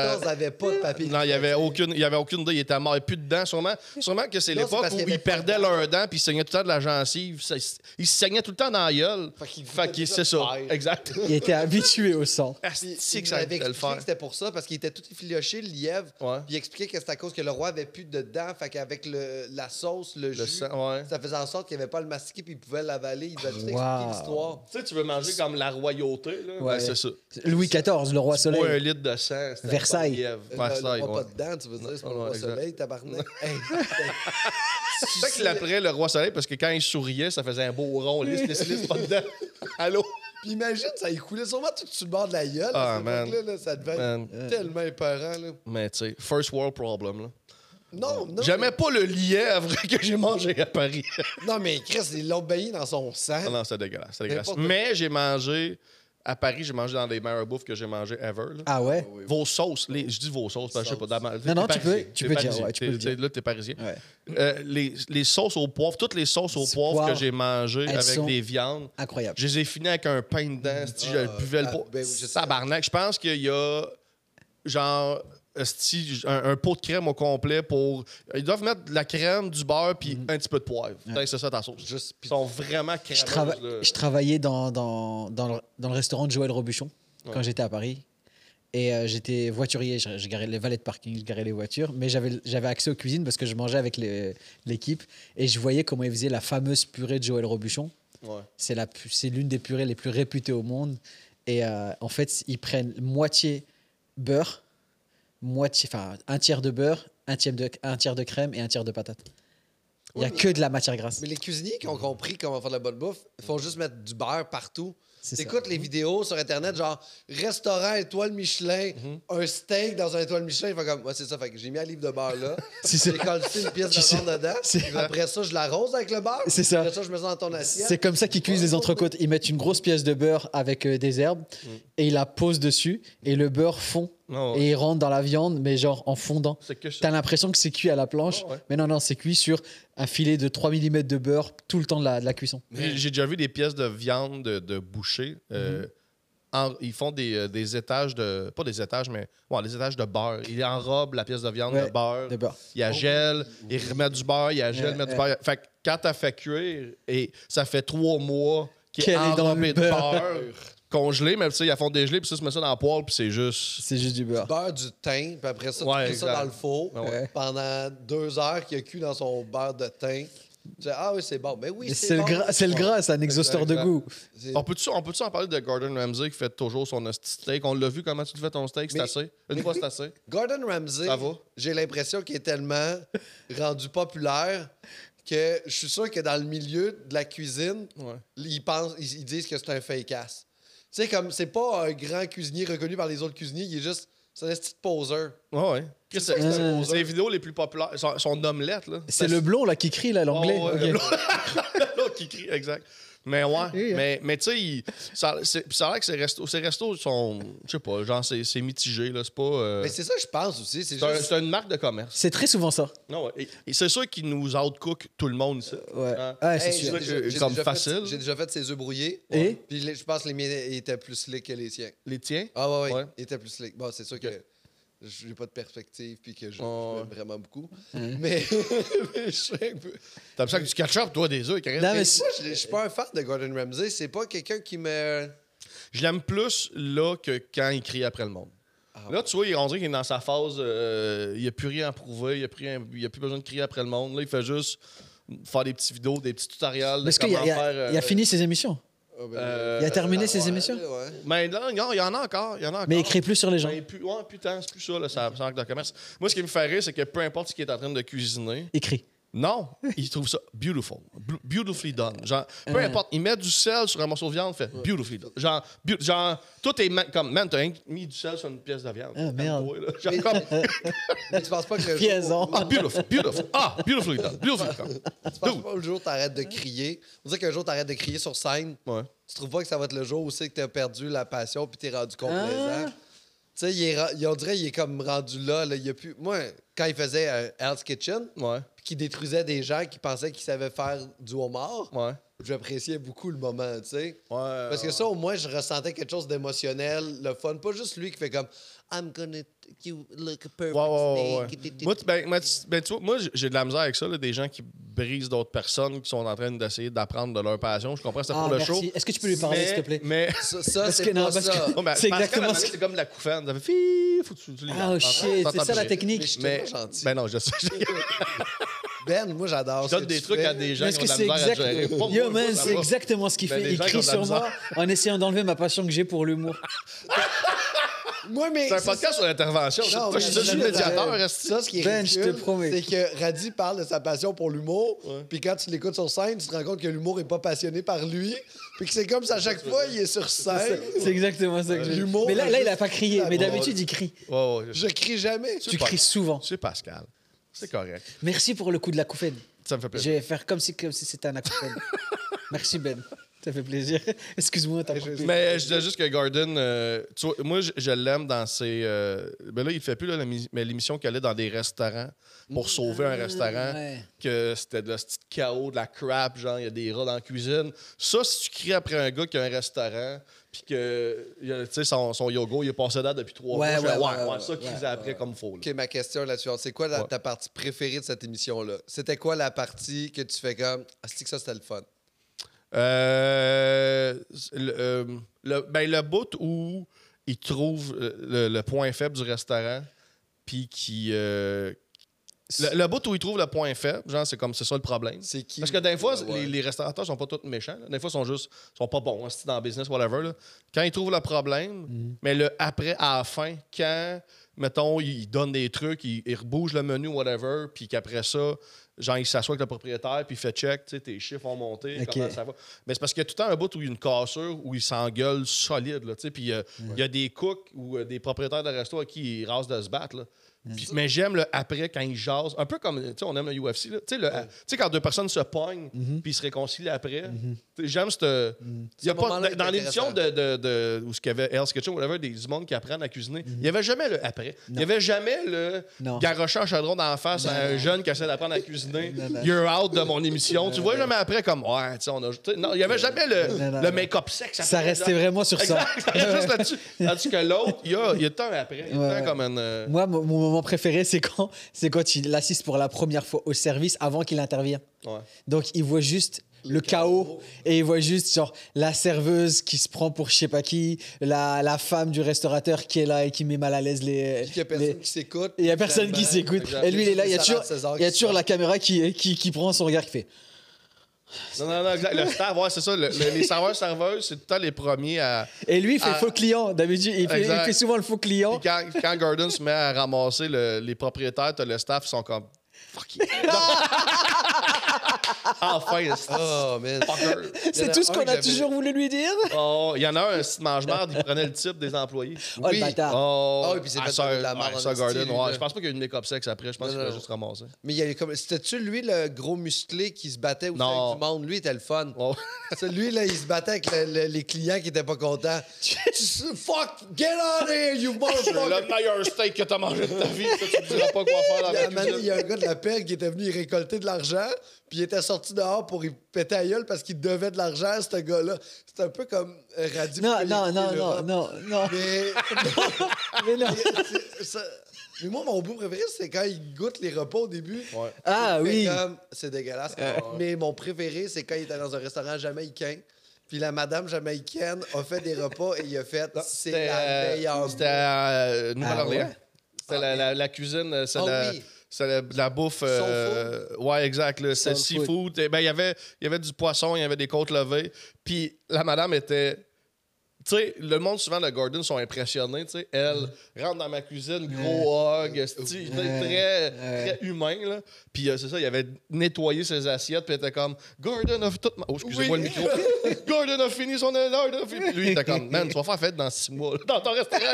[SPEAKER 1] ça...
[SPEAKER 2] 14 n'avait pas de papier.
[SPEAKER 1] Non, il n'y avait, aucune- il y avait aucune dent, il était mort. Et plus de dents, sûrement. Sûrement que c'est
[SPEAKER 2] Non, c'est
[SPEAKER 1] l'époque
[SPEAKER 2] parce
[SPEAKER 1] où
[SPEAKER 2] qu'il y
[SPEAKER 1] ils
[SPEAKER 2] avait pas de
[SPEAKER 1] perdaient
[SPEAKER 2] dents.
[SPEAKER 1] leurs dents puis ils saignaient tout le temps de la gencive. Ça- Ils se saignaient tout le temps dans la gueule.
[SPEAKER 2] Fait qu'ils
[SPEAKER 1] Fait
[SPEAKER 2] goûtaient
[SPEAKER 1] que
[SPEAKER 2] déjà
[SPEAKER 1] c'est
[SPEAKER 2] de
[SPEAKER 1] ça.
[SPEAKER 2] l'air.
[SPEAKER 1] Exact.
[SPEAKER 3] il était habitué au sang.
[SPEAKER 2] Puis,
[SPEAKER 1] Asti que
[SPEAKER 2] il
[SPEAKER 1] ça
[SPEAKER 2] m'avait
[SPEAKER 1] allait le
[SPEAKER 2] expliqué
[SPEAKER 1] faire.
[SPEAKER 2] que c'était pour ça, parce qu'il était tout effiloché, le lièvre.
[SPEAKER 1] Ouais.
[SPEAKER 2] Puis il expliquait que c'était à cause que le roi avait plus de dents. Fait qu'avec le- la sauce, le,
[SPEAKER 1] Le
[SPEAKER 2] jus,
[SPEAKER 1] sang, ouais.
[SPEAKER 2] ça faisait en sorte qu'il n'avait pas à le mastiquer puis il pouvait l'avaler. Il devait tout
[SPEAKER 3] Wow.
[SPEAKER 2] expliquer l'histoire.
[SPEAKER 1] Tu sais, tu veux manger comme la royauté, là.
[SPEAKER 3] Ouais.
[SPEAKER 1] Ben, c'est ça.
[SPEAKER 3] Louis XIV, le roi
[SPEAKER 1] Ou un
[SPEAKER 3] soleil.
[SPEAKER 1] litre de sang. c'était
[SPEAKER 3] Versailles.
[SPEAKER 1] pas lièvre.
[SPEAKER 2] Euh, Le-
[SPEAKER 1] Versailles,
[SPEAKER 2] le roi
[SPEAKER 1] ouais.
[SPEAKER 2] pas de dents, tu veux dire, c'est pas
[SPEAKER 1] Ouais,
[SPEAKER 2] le roi
[SPEAKER 1] exact.
[SPEAKER 2] soleil, tabarnak. Hey,
[SPEAKER 1] C'est ça qu'il appelait le roi soleil parce que quand il souriait, ça faisait un beau rond. Lisse, lisse, lisse, pas dedans. Allô?
[SPEAKER 2] Puis imagine, ça écoulait sûrement tout sur le bord de la gueule.
[SPEAKER 1] Ah,
[SPEAKER 2] à cette
[SPEAKER 1] man.
[SPEAKER 2] époque-là, là, ça devait
[SPEAKER 1] Man.
[SPEAKER 2] être tellement épeurant. Là.
[SPEAKER 1] Mais tu sais, first world problem, là.
[SPEAKER 2] Non, non.
[SPEAKER 1] J'aimais pas le lièvre que j'ai mangé à Paris.
[SPEAKER 2] Non, mais Chris, ils l'ont baigné dans son sang.
[SPEAKER 1] Ah non, c'est dégueulasse. c'est dégueulasse.
[SPEAKER 2] N'importe quoi.
[SPEAKER 1] Mais j'ai mangé. À Paris, j'ai mangé dans des meilleures bouffes que j'ai mangé ever. là.
[SPEAKER 3] Ah ouais?
[SPEAKER 1] Vos sauces, les- je dis vos sauces, parce que je sais pas. dans ma- t'es
[SPEAKER 3] non, tu
[SPEAKER 1] parisien,
[SPEAKER 3] peux- tu
[SPEAKER 1] t'es
[SPEAKER 3] peux dire,
[SPEAKER 1] parisien,
[SPEAKER 3] ouais, tu
[SPEAKER 1] t'es-
[SPEAKER 3] peux le dire.
[SPEAKER 1] t'es- Là, t'es parisien.
[SPEAKER 3] Ouais.
[SPEAKER 1] Euh, les, les sauces au poivre, toutes les sauces au
[SPEAKER 3] Du
[SPEAKER 1] poivre que
[SPEAKER 3] poivre,
[SPEAKER 1] j'ai mangées
[SPEAKER 3] elles
[SPEAKER 1] avec
[SPEAKER 3] sont-
[SPEAKER 1] des viandes,
[SPEAKER 3] Incroyable.
[SPEAKER 1] je les ai finies avec un pain dedans. Si je le buvais le
[SPEAKER 2] ah,
[SPEAKER 1] poivre.
[SPEAKER 2] ben oui, je sais.
[SPEAKER 1] Tabarnak, je pense qu'il y a genre esti, un, un pot de crème au complet pour. Ils doivent mettre de la crème, du beurre, puis un petit peu de poivre. Putain, C'est ça ta sauce.
[SPEAKER 2] Juste-
[SPEAKER 1] Ils sont vraiment
[SPEAKER 3] Je,
[SPEAKER 1] crémeuses.
[SPEAKER 3] trava-
[SPEAKER 1] là.
[SPEAKER 3] je travaillais dans, dans, dans, le, dans le restaurant de Joël Robuchon quand j'étais à Paris. Et euh, j'étais voiturier, je, je garais les valets de parking, je garais les voitures, mais j'avais j'avais accès aux cuisines parce que je mangeais avec les- l'équipe et je voyais comment ils faisaient la fameuse purée de Joël Robuchon.
[SPEAKER 1] Ouais.
[SPEAKER 3] C'est la pu- c'est l'une des purées les plus réputées au monde. Et euh, en fait, ils prennent moitié beurre, moitié, enfin un tiers de beurre, un tiers de, un tiers de crème et un tiers de patate. Il n'y a
[SPEAKER 2] Oui, mais-
[SPEAKER 3] que de la matière grasse.
[SPEAKER 2] Mais les cuisiniers qui ont compris comment faire de la bonne bouffe, ils font juste mettre du beurre partout.
[SPEAKER 3] C'est ça. Mhm.
[SPEAKER 2] T'écoutes les vidéos sur Internet, genre restaurant étoile Michelin,
[SPEAKER 3] Mhm.
[SPEAKER 2] un steak dans un étoile Michelin. Ils font comme, moi, c'est ça. Fait que j'ai mis un livre de beurre là.
[SPEAKER 3] C'est ça.
[SPEAKER 2] J'ai collé une pièce
[SPEAKER 3] Tu
[SPEAKER 2] de
[SPEAKER 3] sais-
[SPEAKER 2] viande dedans.
[SPEAKER 3] c'est-
[SPEAKER 2] Après ça, je l'arrose avec le beurre.
[SPEAKER 3] C'est ça.
[SPEAKER 2] Après ça, je mets ça dans ton assiette.
[SPEAKER 3] C'est comme ça qu'ils cuisent les entrecôtes. Ils mettent une grosse pièce de beurre avec euh, des herbes
[SPEAKER 1] Mm.
[SPEAKER 3] et ils la posent dessus et le beurre fond
[SPEAKER 1] Non,
[SPEAKER 3] et il rentre dans la viande mais genre en fondant.
[SPEAKER 1] c'est que ça.
[SPEAKER 3] T'as l'impression que c'est cuit à la planche,
[SPEAKER 1] Ah ouais.
[SPEAKER 3] mais non, non, c'est cuit sur un filet de 3 mm de beurre tout le temps de la, de la cuisson.
[SPEAKER 1] J'ai- J'ai déjà vu des pièces de viande de, de boucher. euh, en- ils font des, euh, des étages de. Pas des étages, mais. Ouais, des étages de beurre. Ils enrobent la pièce de viande
[SPEAKER 3] Ouais,
[SPEAKER 1] de beurre.
[SPEAKER 3] De beurre.
[SPEAKER 1] Ils la gèlent, ils remettent du beurre, ils la gèlent,
[SPEAKER 3] Ouais,
[SPEAKER 1] ils mettent du
[SPEAKER 3] ouais.
[SPEAKER 1] beurre. Fait que quand t'as fait cuire, et ça fait trois mois qu'il est
[SPEAKER 3] Qu'elle est dans
[SPEAKER 1] enrobé
[SPEAKER 3] le
[SPEAKER 1] de
[SPEAKER 3] beurre.
[SPEAKER 1] beurre, congelé, mais tu sais, ils la font dégeler, puis ça, se met ça dans la poêle, puis c'est juste.
[SPEAKER 3] C'est juste du beurre.
[SPEAKER 2] beurre du thym, puis après ça,
[SPEAKER 1] Ouais,
[SPEAKER 2] tu mets ça
[SPEAKER 1] exact.
[SPEAKER 2] dans le four
[SPEAKER 1] Ouais,
[SPEAKER 3] ouais.
[SPEAKER 2] pendant deux heures qu'il a cuit dans son beurre de thym. Tu dis, ah oui, c'est bon. Mais oui,
[SPEAKER 3] Mais C'est le,
[SPEAKER 2] bon.
[SPEAKER 3] gras, c'est le gras, c'est un exhausteur de
[SPEAKER 1] exact. Bah,
[SPEAKER 3] goût.
[SPEAKER 2] C'est-
[SPEAKER 1] On peut-tu on peut en parler de Gordon Ramsay qui fait toujours son hostie steak? On l'a vu comment tu te fais ton steak, c'est
[SPEAKER 2] Mais-
[SPEAKER 1] assez. Une fois, c'est assez.
[SPEAKER 2] Gordon Ramsay,
[SPEAKER 1] Ça va?
[SPEAKER 2] j'ai l'impression qu'il est tellement rendu populaire que je suis sûr que dans le milieu de la cuisine,
[SPEAKER 1] Ouais.
[SPEAKER 2] ils, pensent, ils, ils disent que c'est un fake ass. Tu sais, comme c'est pas un grand cuisinier reconnu par les autres cuisiniers, il est juste. C'est un petit poseur.
[SPEAKER 1] Ouais, ouais. Chris, C'est
[SPEAKER 3] ça,
[SPEAKER 1] c'est-
[SPEAKER 3] c'est-
[SPEAKER 1] c'est les vidéos les plus populaires. Son, son omelette, là.
[SPEAKER 3] Euh, C'est le blond là qui crie là, l'anglais.
[SPEAKER 1] Oh, ouais,
[SPEAKER 3] Ok.
[SPEAKER 1] l'autre- L'autre qui crie, exact. Mais ouais,
[SPEAKER 3] Oui, hein.
[SPEAKER 1] mais, mais tu sais, il- ça, c'est- puis ça a l'air que ces restos, ces restos sont, je sais pas, genre, c'est c'est mitigé, là. C'est pas. euh,
[SPEAKER 2] Mais c'est ça, que je pense aussi. C'est
[SPEAKER 1] c'est un-
[SPEAKER 2] juste.
[SPEAKER 1] c'est une marque de commerce.
[SPEAKER 3] C'est très souvent ça.
[SPEAKER 1] Non, ouais. Et- et c'est sûr qu'ils nous outcook tout le monde, ça.
[SPEAKER 3] Ouais, Ah,
[SPEAKER 1] Hein?
[SPEAKER 3] Ouais, c'est
[SPEAKER 2] Hey,
[SPEAKER 3] sûr.
[SPEAKER 1] sûr.
[SPEAKER 2] j'ai déjà- j'ai
[SPEAKER 1] Comme
[SPEAKER 2] déjà fait-
[SPEAKER 1] facile.
[SPEAKER 2] J'ai déjà fait ses œufs brouillés.
[SPEAKER 3] Et?
[SPEAKER 2] Puis les- je pense que les miens étaient plus slick que les siens.
[SPEAKER 1] Les tiens?
[SPEAKER 2] Ah ouais, ouais,
[SPEAKER 1] Ouais.
[SPEAKER 2] ils étaient plus slick. Bon, c'est sûr que je n'ai pas de perspective puis que je, je
[SPEAKER 1] Ouais. Mm-hmm.
[SPEAKER 2] m'aime vraiment beaucoup. Mais, mais je suis un peu-
[SPEAKER 1] T'as besoin que du ketchup, toi, des œufs, Karine?
[SPEAKER 3] Non, Ah, mais
[SPEAKER 2] Mais
[SPEAKER 3] c'est-
[SPEAKER 2] moi, je je suis pas un fan de Gordon Ramsay. C'est pas quelqu'un qui me.
[SPEAKER 1] Je l'aime plus là que quand il crie après le monde. là, tu vois, il- on dirait qu'il est dans sa phase. euh, il a plus rien à prouver, il a plus, rien- il a plus besoin de crier après le monde. Là, il fait juste faire des petits vidéos, des petits tutoriels. de
[SPEAKER 3] Parce qu'il a,
[SPEAKER 1] comment
[SPEAKER 3] il a-
[SPEAKER 1] faire, euh,
[SPEAKER 3] il a fini ses émissions.
[SPEAKER 2] Ah, ben,
[SPEAKER 1] euh,
[SPEAKER 3] Il a terminé
[SPEAKER 1] euh,
[SPEAKER 3] ses
[SPEAKER 1] ouais.
[SPEAKER 3] émissions.
[SPEAKER 2] ouais.
[SPEAKER 1] Mais là, Ben, non, il y en a encore. Il y en a encore.
[SPEAKER 3] Mais il crie plus sur les gens.
[SPEAKER 1] Mais plus, ouais, putain, c'est plus ça, là, ça, ça manque de commerce. Moi, ce qui me fait rire, c'est que peu importe ce qu'il est en train de cuisiner,
[SPEAKER 3] Il crie.
[SPEAKER 1] Non, ils trouvent ça beautiful. Bl- Beautifully done. Genre, peu
[SPEAKER 3] Ouais.
[SPEAKER 1] importe, ils mettent du sel sur un morceau de viande, fait beautifully done. Genre, beau- genre tout est ma- comme, man, t'as rien que mis du sel sur une pièce de viande.
[SPEAKER 3] Ah, merde.
[SPEAKER 1] Comme toi, là. Genre, comme,
[SPEAKER 2] Mais tu penses pas que le
[SPEAKER 3] Piaison.
[SPEAKER 2] jour,
[SPEAKER 1] ah, beautiful, beautiful, ah, beautifully done, beautifully done.
[SPEAKER 2] tu penses pas que le jour t'arrêtes de crier. On dirait qu'un jour t'arrêtes de crier sur scène.
[SPEAKER 1] Ouais.
[SPEAKER 2] Tu trouves pas que ça va être le jour où c'est que t'as perdu la passion puis t'es rendu complaisant.
[SPEAKER 3] Ah.
[SPEAKER 2] Tu sais, il est ra- il- on dirait qu'il est comme rendu là. là il y a plus... Moi, quand il faisait euh, Hell's Kitchen,
[SPEAKER 1] Ouais,
[SPEAKER 2] puis qu'il détruisait des gens qui pensaient qu'ils savaient faire du homard,
[SPEAKER 1] ouais.
[SPEAKER 2] j'appréciais beaucoup le moment, tu sais.
[SPEAKER 1] Ouais,
[SPEAKER 2] Parce que
[SPEAKER 1] ouais.
[SPEAKER 2] ça, au moins, je ressentais quelque chose d'émotionnel, le fun. Pas juste lui qui fait comme I'm gonna take you like a perfect
[SPEAKER 1] Ouais, ouais, ouais,
[SPEAKER 2] snake.
[SPEAKER 1] ouais. Moi, tu- ben, moi, tu- ben, tu vois, moi, j'ai- j'ai de la misère avec ça, là, des gens qui brisent d'autres personnes, qui sont en train d'essayer d'apprendre de leur passion. Je comprends, c'est
[SPEAKER 3] Ah,
[SPEAKER 1] pour le
[SPEAKER 3] merci.
[SPEAKER 1] show.
[SPEAKER 3] Est-ce que tu peux lui parler,
[SPEAKER 1] Mais-
[SPEAKER 3] s'il te plaît
[SPEAKER 1] Mais.
[SPEAKER 2] Ça, ça
[SPEAKER 3] Parce
[SPEAKER 2] c'est
[SPEAKER 3] que non,
[SPEAKER 2] pas
[SPEAKER 3] parce
[SPEAKER 2] ça.
[SPEAKER 3] que-
[SPEAKER 1] Ouais, ben, parce
[SPEAKER 3] C'est
[SPEAKER 1] qu'à la
[SPEAKER 3] exactement ce
[SPEAKER 1] minute,
[SPEAKER 3] que-
[SPEAKER 1] C'est comme la couffaine. Ça fait fi, faut que tu, tu lis.
[SPEAKER 3] Ah, oh,
[SPEAKER 1] T'entends-
[SPEAKER 3] shit,
[SPEAKER 1] t'entends
[SPEAKER 3] c'est ça la
[SPEAKER 1] bouger.
[SPEAKER 3] technique.
[SPEAKER 2] je suis
[SPEAKER 1] Mais,
[SPEAKER 2] pas gentil.
[SPEAKER 1] ben non, je sais. Je,
[SPEAKER 2] Ben, moi, j'adore. ce
[SPEAKER 1] donne
[SPEAKER 2] que
[SPEAKER 1] des
[SPEAKER 2] tu
[SPEAKER 1] trucs
[SPEAKER 2] fais.
[SPEAKER 1] à des gens
[SPEAKER 3] Est-ce
[SPEAKER 1] qui
[SPEAKER 3] que
[SPEAKER 1] ont de la
[SPEAKER 3] c'est
[SPEAKER 1] misère à
[SPEAKER 3] exact...
[SPEAKER 1] gérer. Pas moi,
[SPEAKER 3] Yo,
[SPEAKER 1] moi,
[SPEAKER 3] man,
[SPEAKER 1] ça
[SPEAKER 3] c'est
[SPEAKER 1] va.
[SPEAKER 3] exactement ce qu'il
[SPEAKER 1] Ben,
[SPEAKER 3] fait.
[SPEAKER 1] les
[SPEAKER 3] Il
[SPEAKER 1] gens qui ont
[SPEAKER 3] crie
[SPEAKER 1] de la
[SPEAKER 3] sur moi
[SPEAKER 1] misère. Ah
[SPEAKER 3] en essayant d'enlever ma passion que j'ai pour l'humour.
[SPEAKER 2] Moi, mais.
[SPEAKER 1] C'est un
[SPEAKER 2] ça,
[SPEAKER 1] podcast sur l'intervention.
[SPEAKER 2] Non,
[SPEAKER 1] Toi,
[SPEAKER 2] mais
[SPEAKER 1] Je suis juste
[SPEAKER 2] je-
[SPEAKER 1] le médiateur.
[SPEAKER 2] c'est-
[SPEAKER 1] esti.
[SPEAKER 2] Ça, ce qui est
[SPEAKER 3] Ben, je te
[SPEAKER 2] ridicule,
[SPEAKER 3] promets.
[SPEAKER 2] c'est que Radhi parle de sa passion pour l'humour, puis quand tu l'écoutes sur scène, tu te rends compte que l'humour est pas passionné par lui, puis que c'est comme ça à chaque fois, il est sur scène.
[SPEAKER 3] C'est exactement ça que j'ai
[SPEAKER 2] L'humour,
[SPEAKER 3] Mais là, là, il a pas crié. Mais
[SPEAKER 2] Ouais.
[SPEAKER 3] d'habitude, il crie.
[SPEAKER 1] Ouais, ouais, je-
[SPEAKER 2] Je crie jamais.
[SPEAKER 1] Tu
[SPEAKER 3] Tu
[SPEAKER 1] parles.
[SPEAKER 3] cries souvent.
[SPEAKER 1] C'est Pascal. C'est correct.
[SPEAKER 3] Merci pour le coup de la couffaine.
[SPEAKER 1] Ça me fait plaisir.
[SPEAKER 3] Je vais faire comme si comme si c'était un acouphène. Merci, Ben. Ça fait plaisir. Excuse-moi, t'as coupé.
[SPEAKER 1] Mais je disais juste que Garden, euh, tu vois, moi, je, je l'aime dans ses. euh, ben là, il le fait plus, là, la mi- mais l'émission qu'elle est dans des restaurants pour sauver un restaurant,
[SPEAKER 3] ouais.
[SPEAKER 1] que c'était de la petite chaos, de la crap, genre, il y a des rats dans la cuisine. Ça, si tu cries après un gars qui a un restaurant, puis que, il a- tu sais, son, son yoga, il est passé date depuis trois
[SPEAKER 3] Ouais,
[SPEAKER 1] mois, je
[SPEAKER 3] ouais,
[SPEAKER 1] fais,
[SPEAKER 3] ouais, ouais,
[SPEAKER 1] ça,
[SPEAKER 3] ouais,
[SPEAKER 1] crise
[SPEAKER 3] ouais,
[SPEAKER 1] après comme faux. là.
[SPEAKER 2] OK, ma question là-dessus, c'est quoi la-
[SPEAKER 1] Ouais.
[SPEAKER 2] ta partie préférée de cette émission-là? C'était quoi la partie que tu fais comme « Ah, c'est que ça, c'était le fun?
[SPEAKER 1] Euh, le, euh, le- ben, le bout où il trouve euh, le, le point faible du restaurant, puis qui. euh, le, le bout où il trouve le point faible, genre, c'est comme c'est ça le problème. »
[SPEAKER 2] C'est qui?
[SPEAKER 1] Parce que des fois,
[SPEAKER 2] Ouais.
[SPEAKER 1] les, les restaurateurs sont pas tous méchants. là. Des fois, ils sont juste. sont pas bons, hein, c'est dans le business, whatever. là. Quand ils trouvent le problème, mais le après, à la fin, quand, mettons, ils donnent des trucs, ils, ils rebougent le menu, whatever, puis qu'après ça, genre, ils s'assoient avec le propriétaire, puis il fait check, tu sais, tes chiffres ont monté,
[SPEAKER 3] Ok.
[SPEAKER 1] comment ça va. Mais c'est parce qu'il y a tout le temps un bout où il y a une cassure, où ils s'engueulent solide, là, tu sais, puis euh, il y a des cooks ou euh, des propriétaires de resto à qui ils rasent de se battre, là. Puis-
[SPEAKER 3] Mm.
[SPEAKER 1] mais j'aime le après quand ils jasent. Un peu comme, tu sais, on aime le UFC. là. Tu sais, le- tu sais, quand deux personnes se pognent
[SPEAKER 3] Mm-hmm.
[SPEAKER 1] puis ils se réconcilient après, tu sais, j'aime ce. Il y a
[SPEAKER 2] Ce
[SPEAKER 1] pas,
[SPEAKER 2] moment-là
[SPEAKER 1] dans
[SPEAKER 2] est
[SPEAKER 1] dans l'édition de, de,
[SPEAKER 2] intéressant.
[SPEAKER 1] de- où ce qu'il y avait Hell's Kitchen, whatever, des du monde qui apprennent à cuisiner, il n'y avait jamais le après. Il n'y avait jamais le
[SPEAKER 3] Mm-hmm. Non.
[SPEAKER 1] garochant un chaudron d'en face à un jeune qui essaie d'apprendre à cuisiner.
[SPEAKER 3] Non, non.
[SPEAKER 1] You're out de mon émission. tu vois jamais après comme, ouais, tu sais, on a. tu sais, Non, il n'y avait jamais le,
[SPEAKER 3] Non, non,
[SPEAKER 1] le
[SPEAKER 3] non.
[SPEAKER 1] make-up sexe.
[SPEAKER 3] Ça
[SPEAKER 1] après,
[SPEAKER 3] restait
[SPEAKER 1] genre.
[SPEAKER 3] vraiment sur ça.
[SPEAKER 1] Exact, ça reste juste là-dessus. Tandis que l'autre, il y a, il y a tant après. Il y a
[SPEAKER 3] Ouais,
[SPEAKER 1] tant
[SPEAKER 3] ouais.
[SPEAKER 1] comme un. euh,
[SPEAKER 3] Moi, mon mon moment préféré, c'est quand, c'est quand il assiste pour la première fois au service avant qu'il intervienne.
[SPEAKER 1] ouais.
[SPEAKER 3] Donc, il voit juste le, chaos, et il voit juste genre la serveuse qui se prend pour je sais pas qui, la, la femme du restaurateur qui est là et qui met mal à l'aise les.
[SPEAKER 2] Puis qu'il y a
[SPEAKER 3] les-
[SPEAKER 2] personne qui s'écoute.
[SPEAKER 3] Il y a personne qui
[SPEAKER 2] Finalement,
[SPEAKER 3] s'écoute.
[SPEAKER 1] exact.
[SPEAKER 3] Et lui, il est là. Il y a
[SPEAKER 2] Ça
[SPEAKER 3] toujours,
[SPEAKER 2] va, César
[SPEAKER 3] il y a
[SPEAKER 2] qui
[SPEAKER 3] toujours
[SPEAKER 2] se
[SPEAKER 3] la caméra qui, qui, qui prend son regard qui fait.
[SPEAKER 1] Non, non, non, exact. Le staff, ouais, c'est ça. le- le- les serveurs, serveuses, c'est tout le temps les premiers à.
[SPEAKER 3] Et lui, il fait
[SPEAKER 1] Ah.
[SPEAKER 3] faux client. D'habitude, il, fait- il
[SPEAKER 1] Exact.
[SPEAKER 3] fait souvent le faux
[SPEAKER 1] Puis
[SPEAKER 2] Oh.
[SPEAKER 3] client.
[SPEAKER 1] quand, quand Gordon se met à ramasser le- les propriétaires, t'as le staff, ils sont comme. Fuck you. Ah, enfin, le staff,
[SPEAKER 2] Oh, man.
[SPEAKER 1] fucker.
[SPEAKER 2] Il y en
[SPEAKER 3] C'est
[SPEAKER 2] a
[SPEAKER 3] tout ce
[SPEAKER 2] un
[SPEAKER 3] qu'on
[SPEAKER 2] que
[SPEAKER 3] a
[SPEAKER 2] j'avais-
[SPEAKER 3] toujours voulu lui dire.
[SPEAKER 1] Oh, il y en a un, un petit mange-marde, il prenait le type des employés.
[SPEAKER 3] Oh, le
[SPEAKER 2] Oui.
[SPEAKER 3] bâtard.
[SPEAKER 1] Oh,
[SPEAKER 2] Ah oui, puis c'est
[SPEAKER 1] ah,
[SPEAKER 2] fait
[SPEAKER 1] ça,
[SPEAKER 2] de la merde
[SPEAKER 1] ouais,
[SPEAKER 2] en
[SPEAKER 1] ça,
[SPEAKER 2] style,
[SPEAKER 1] Gordon.
[SPEAKER 2] lui,
[SPEAKER 1] ouais,
[SPEAKER 2] là.
[SPEAKER 1] je pense pas qu'il y a eu de make-up sexe après. Je pense
[SPEAKER 2] Non,
[SPEAKER 1] qu'il a
[SPEAKER 2] non.
[SPEAKER 1] juste ramassé.
[SPEAKER 2] Mais il y a eu comme... C'était-tu, lui, le gros musclé qui se battait aussi
[SPEAKER 1] Non.
[SPEAKER 2] avec du monde? Lui, il était le fun.
[SPEAKER 1] Oh.
[SPEAKER 2] Celui, là, il se battait avec le- le- les clients qui étaient pas contents. Tu- Fuck! Get out of here, you motherfucker!
[SPEAKER 1] le meilleur steak que t'as mangé de ta vie, ça, tu me diras pas quoi faire
[SPEAKER 3] Ah,
[SPEAKER 2] Il y a un
[SPEAKER 1] avec.
[SPEAKER 2] moment donné, il y a un gars de la paix qui était venu y récolter de l'argent, puis il était sorti dehors pour y péter à gueule parce qu'il devait de l'argent à ce gars-là. C'est un peu comme euh, Radio
[SPEAKER 3] Non,
[SPEAKER 2] Collectif,
[SPEAKER 3] non, non, non,
[SPEAKER 2] l'Europe.
[SPEAKER 3] non, non.
[SPEAKER 2] Mais,
[SPEAKER 3] Mais non.
[SPEAKER 2] c'est- ça- mais moi, mon bout préféré, c'est quand il goûte les repas au début.
[SPEAKER 1] Ouais.
[SPEAKER 3] Ah
[SPEAKER 2] Il fait
[SPEAKER 3] oui.
[SPEAKER 2] comme, C'est dégueulasse. Mais mon préféré, c'est quand il était dans un restaurant jamaïcain. Puis la madame jamaïcaine a fait des repas et il a fait c'est
[SPEAKER 1] C'était,
[SPEAKER 2] la
[SPEAKER 1] euh,
[SPEAKER 2] meilleure.
[SPEAKER 1] C'était à euh, Nouvelle-Orléans.
[SPEAKER 3] Ah ouais?
[SPEAKER 1] C'était la, la- la cuisine, euh, c'est
[SPEAKER 2] Ah
[SPEAKER 1] la,
[SPEAKER 2] oui.
[SPEAKER 1] c'est la, de la bouffe. euh, ouais, exact. là, C'était
[SPEAKER 3] Soul food.
[SPEAKER 1] seafood. Et ben, il y avait- il y avait du poisson, il y avait des côtes levées. Puis la madame était Tu sais, le monde, souvent, de Gordon, sont impressionnés. Tu sais, elle
[SPEAKER 2] Mm.
[SPEAKER 1] rentre dans ma cuisine, gros hog, sti, tu sais,
[SPEAKER 2] Mm.
[SPEAKER 1] très,
[SPEAKER 3] Ouais.
[SPEAKER 1] très humain. Là. Puis euh, c'est ça, il avait nettoyé ses assiettes, puis il était comme Gordon of tout. ma- Oh, excusez-moi
[SPEAKER 2] Oui.
[SPEAKER 1] le micro. Gordon a fini son honneur. de fi- Puis lui, il était comme Man, tu vas faire fête dans six mois, là, dans ton restaurant.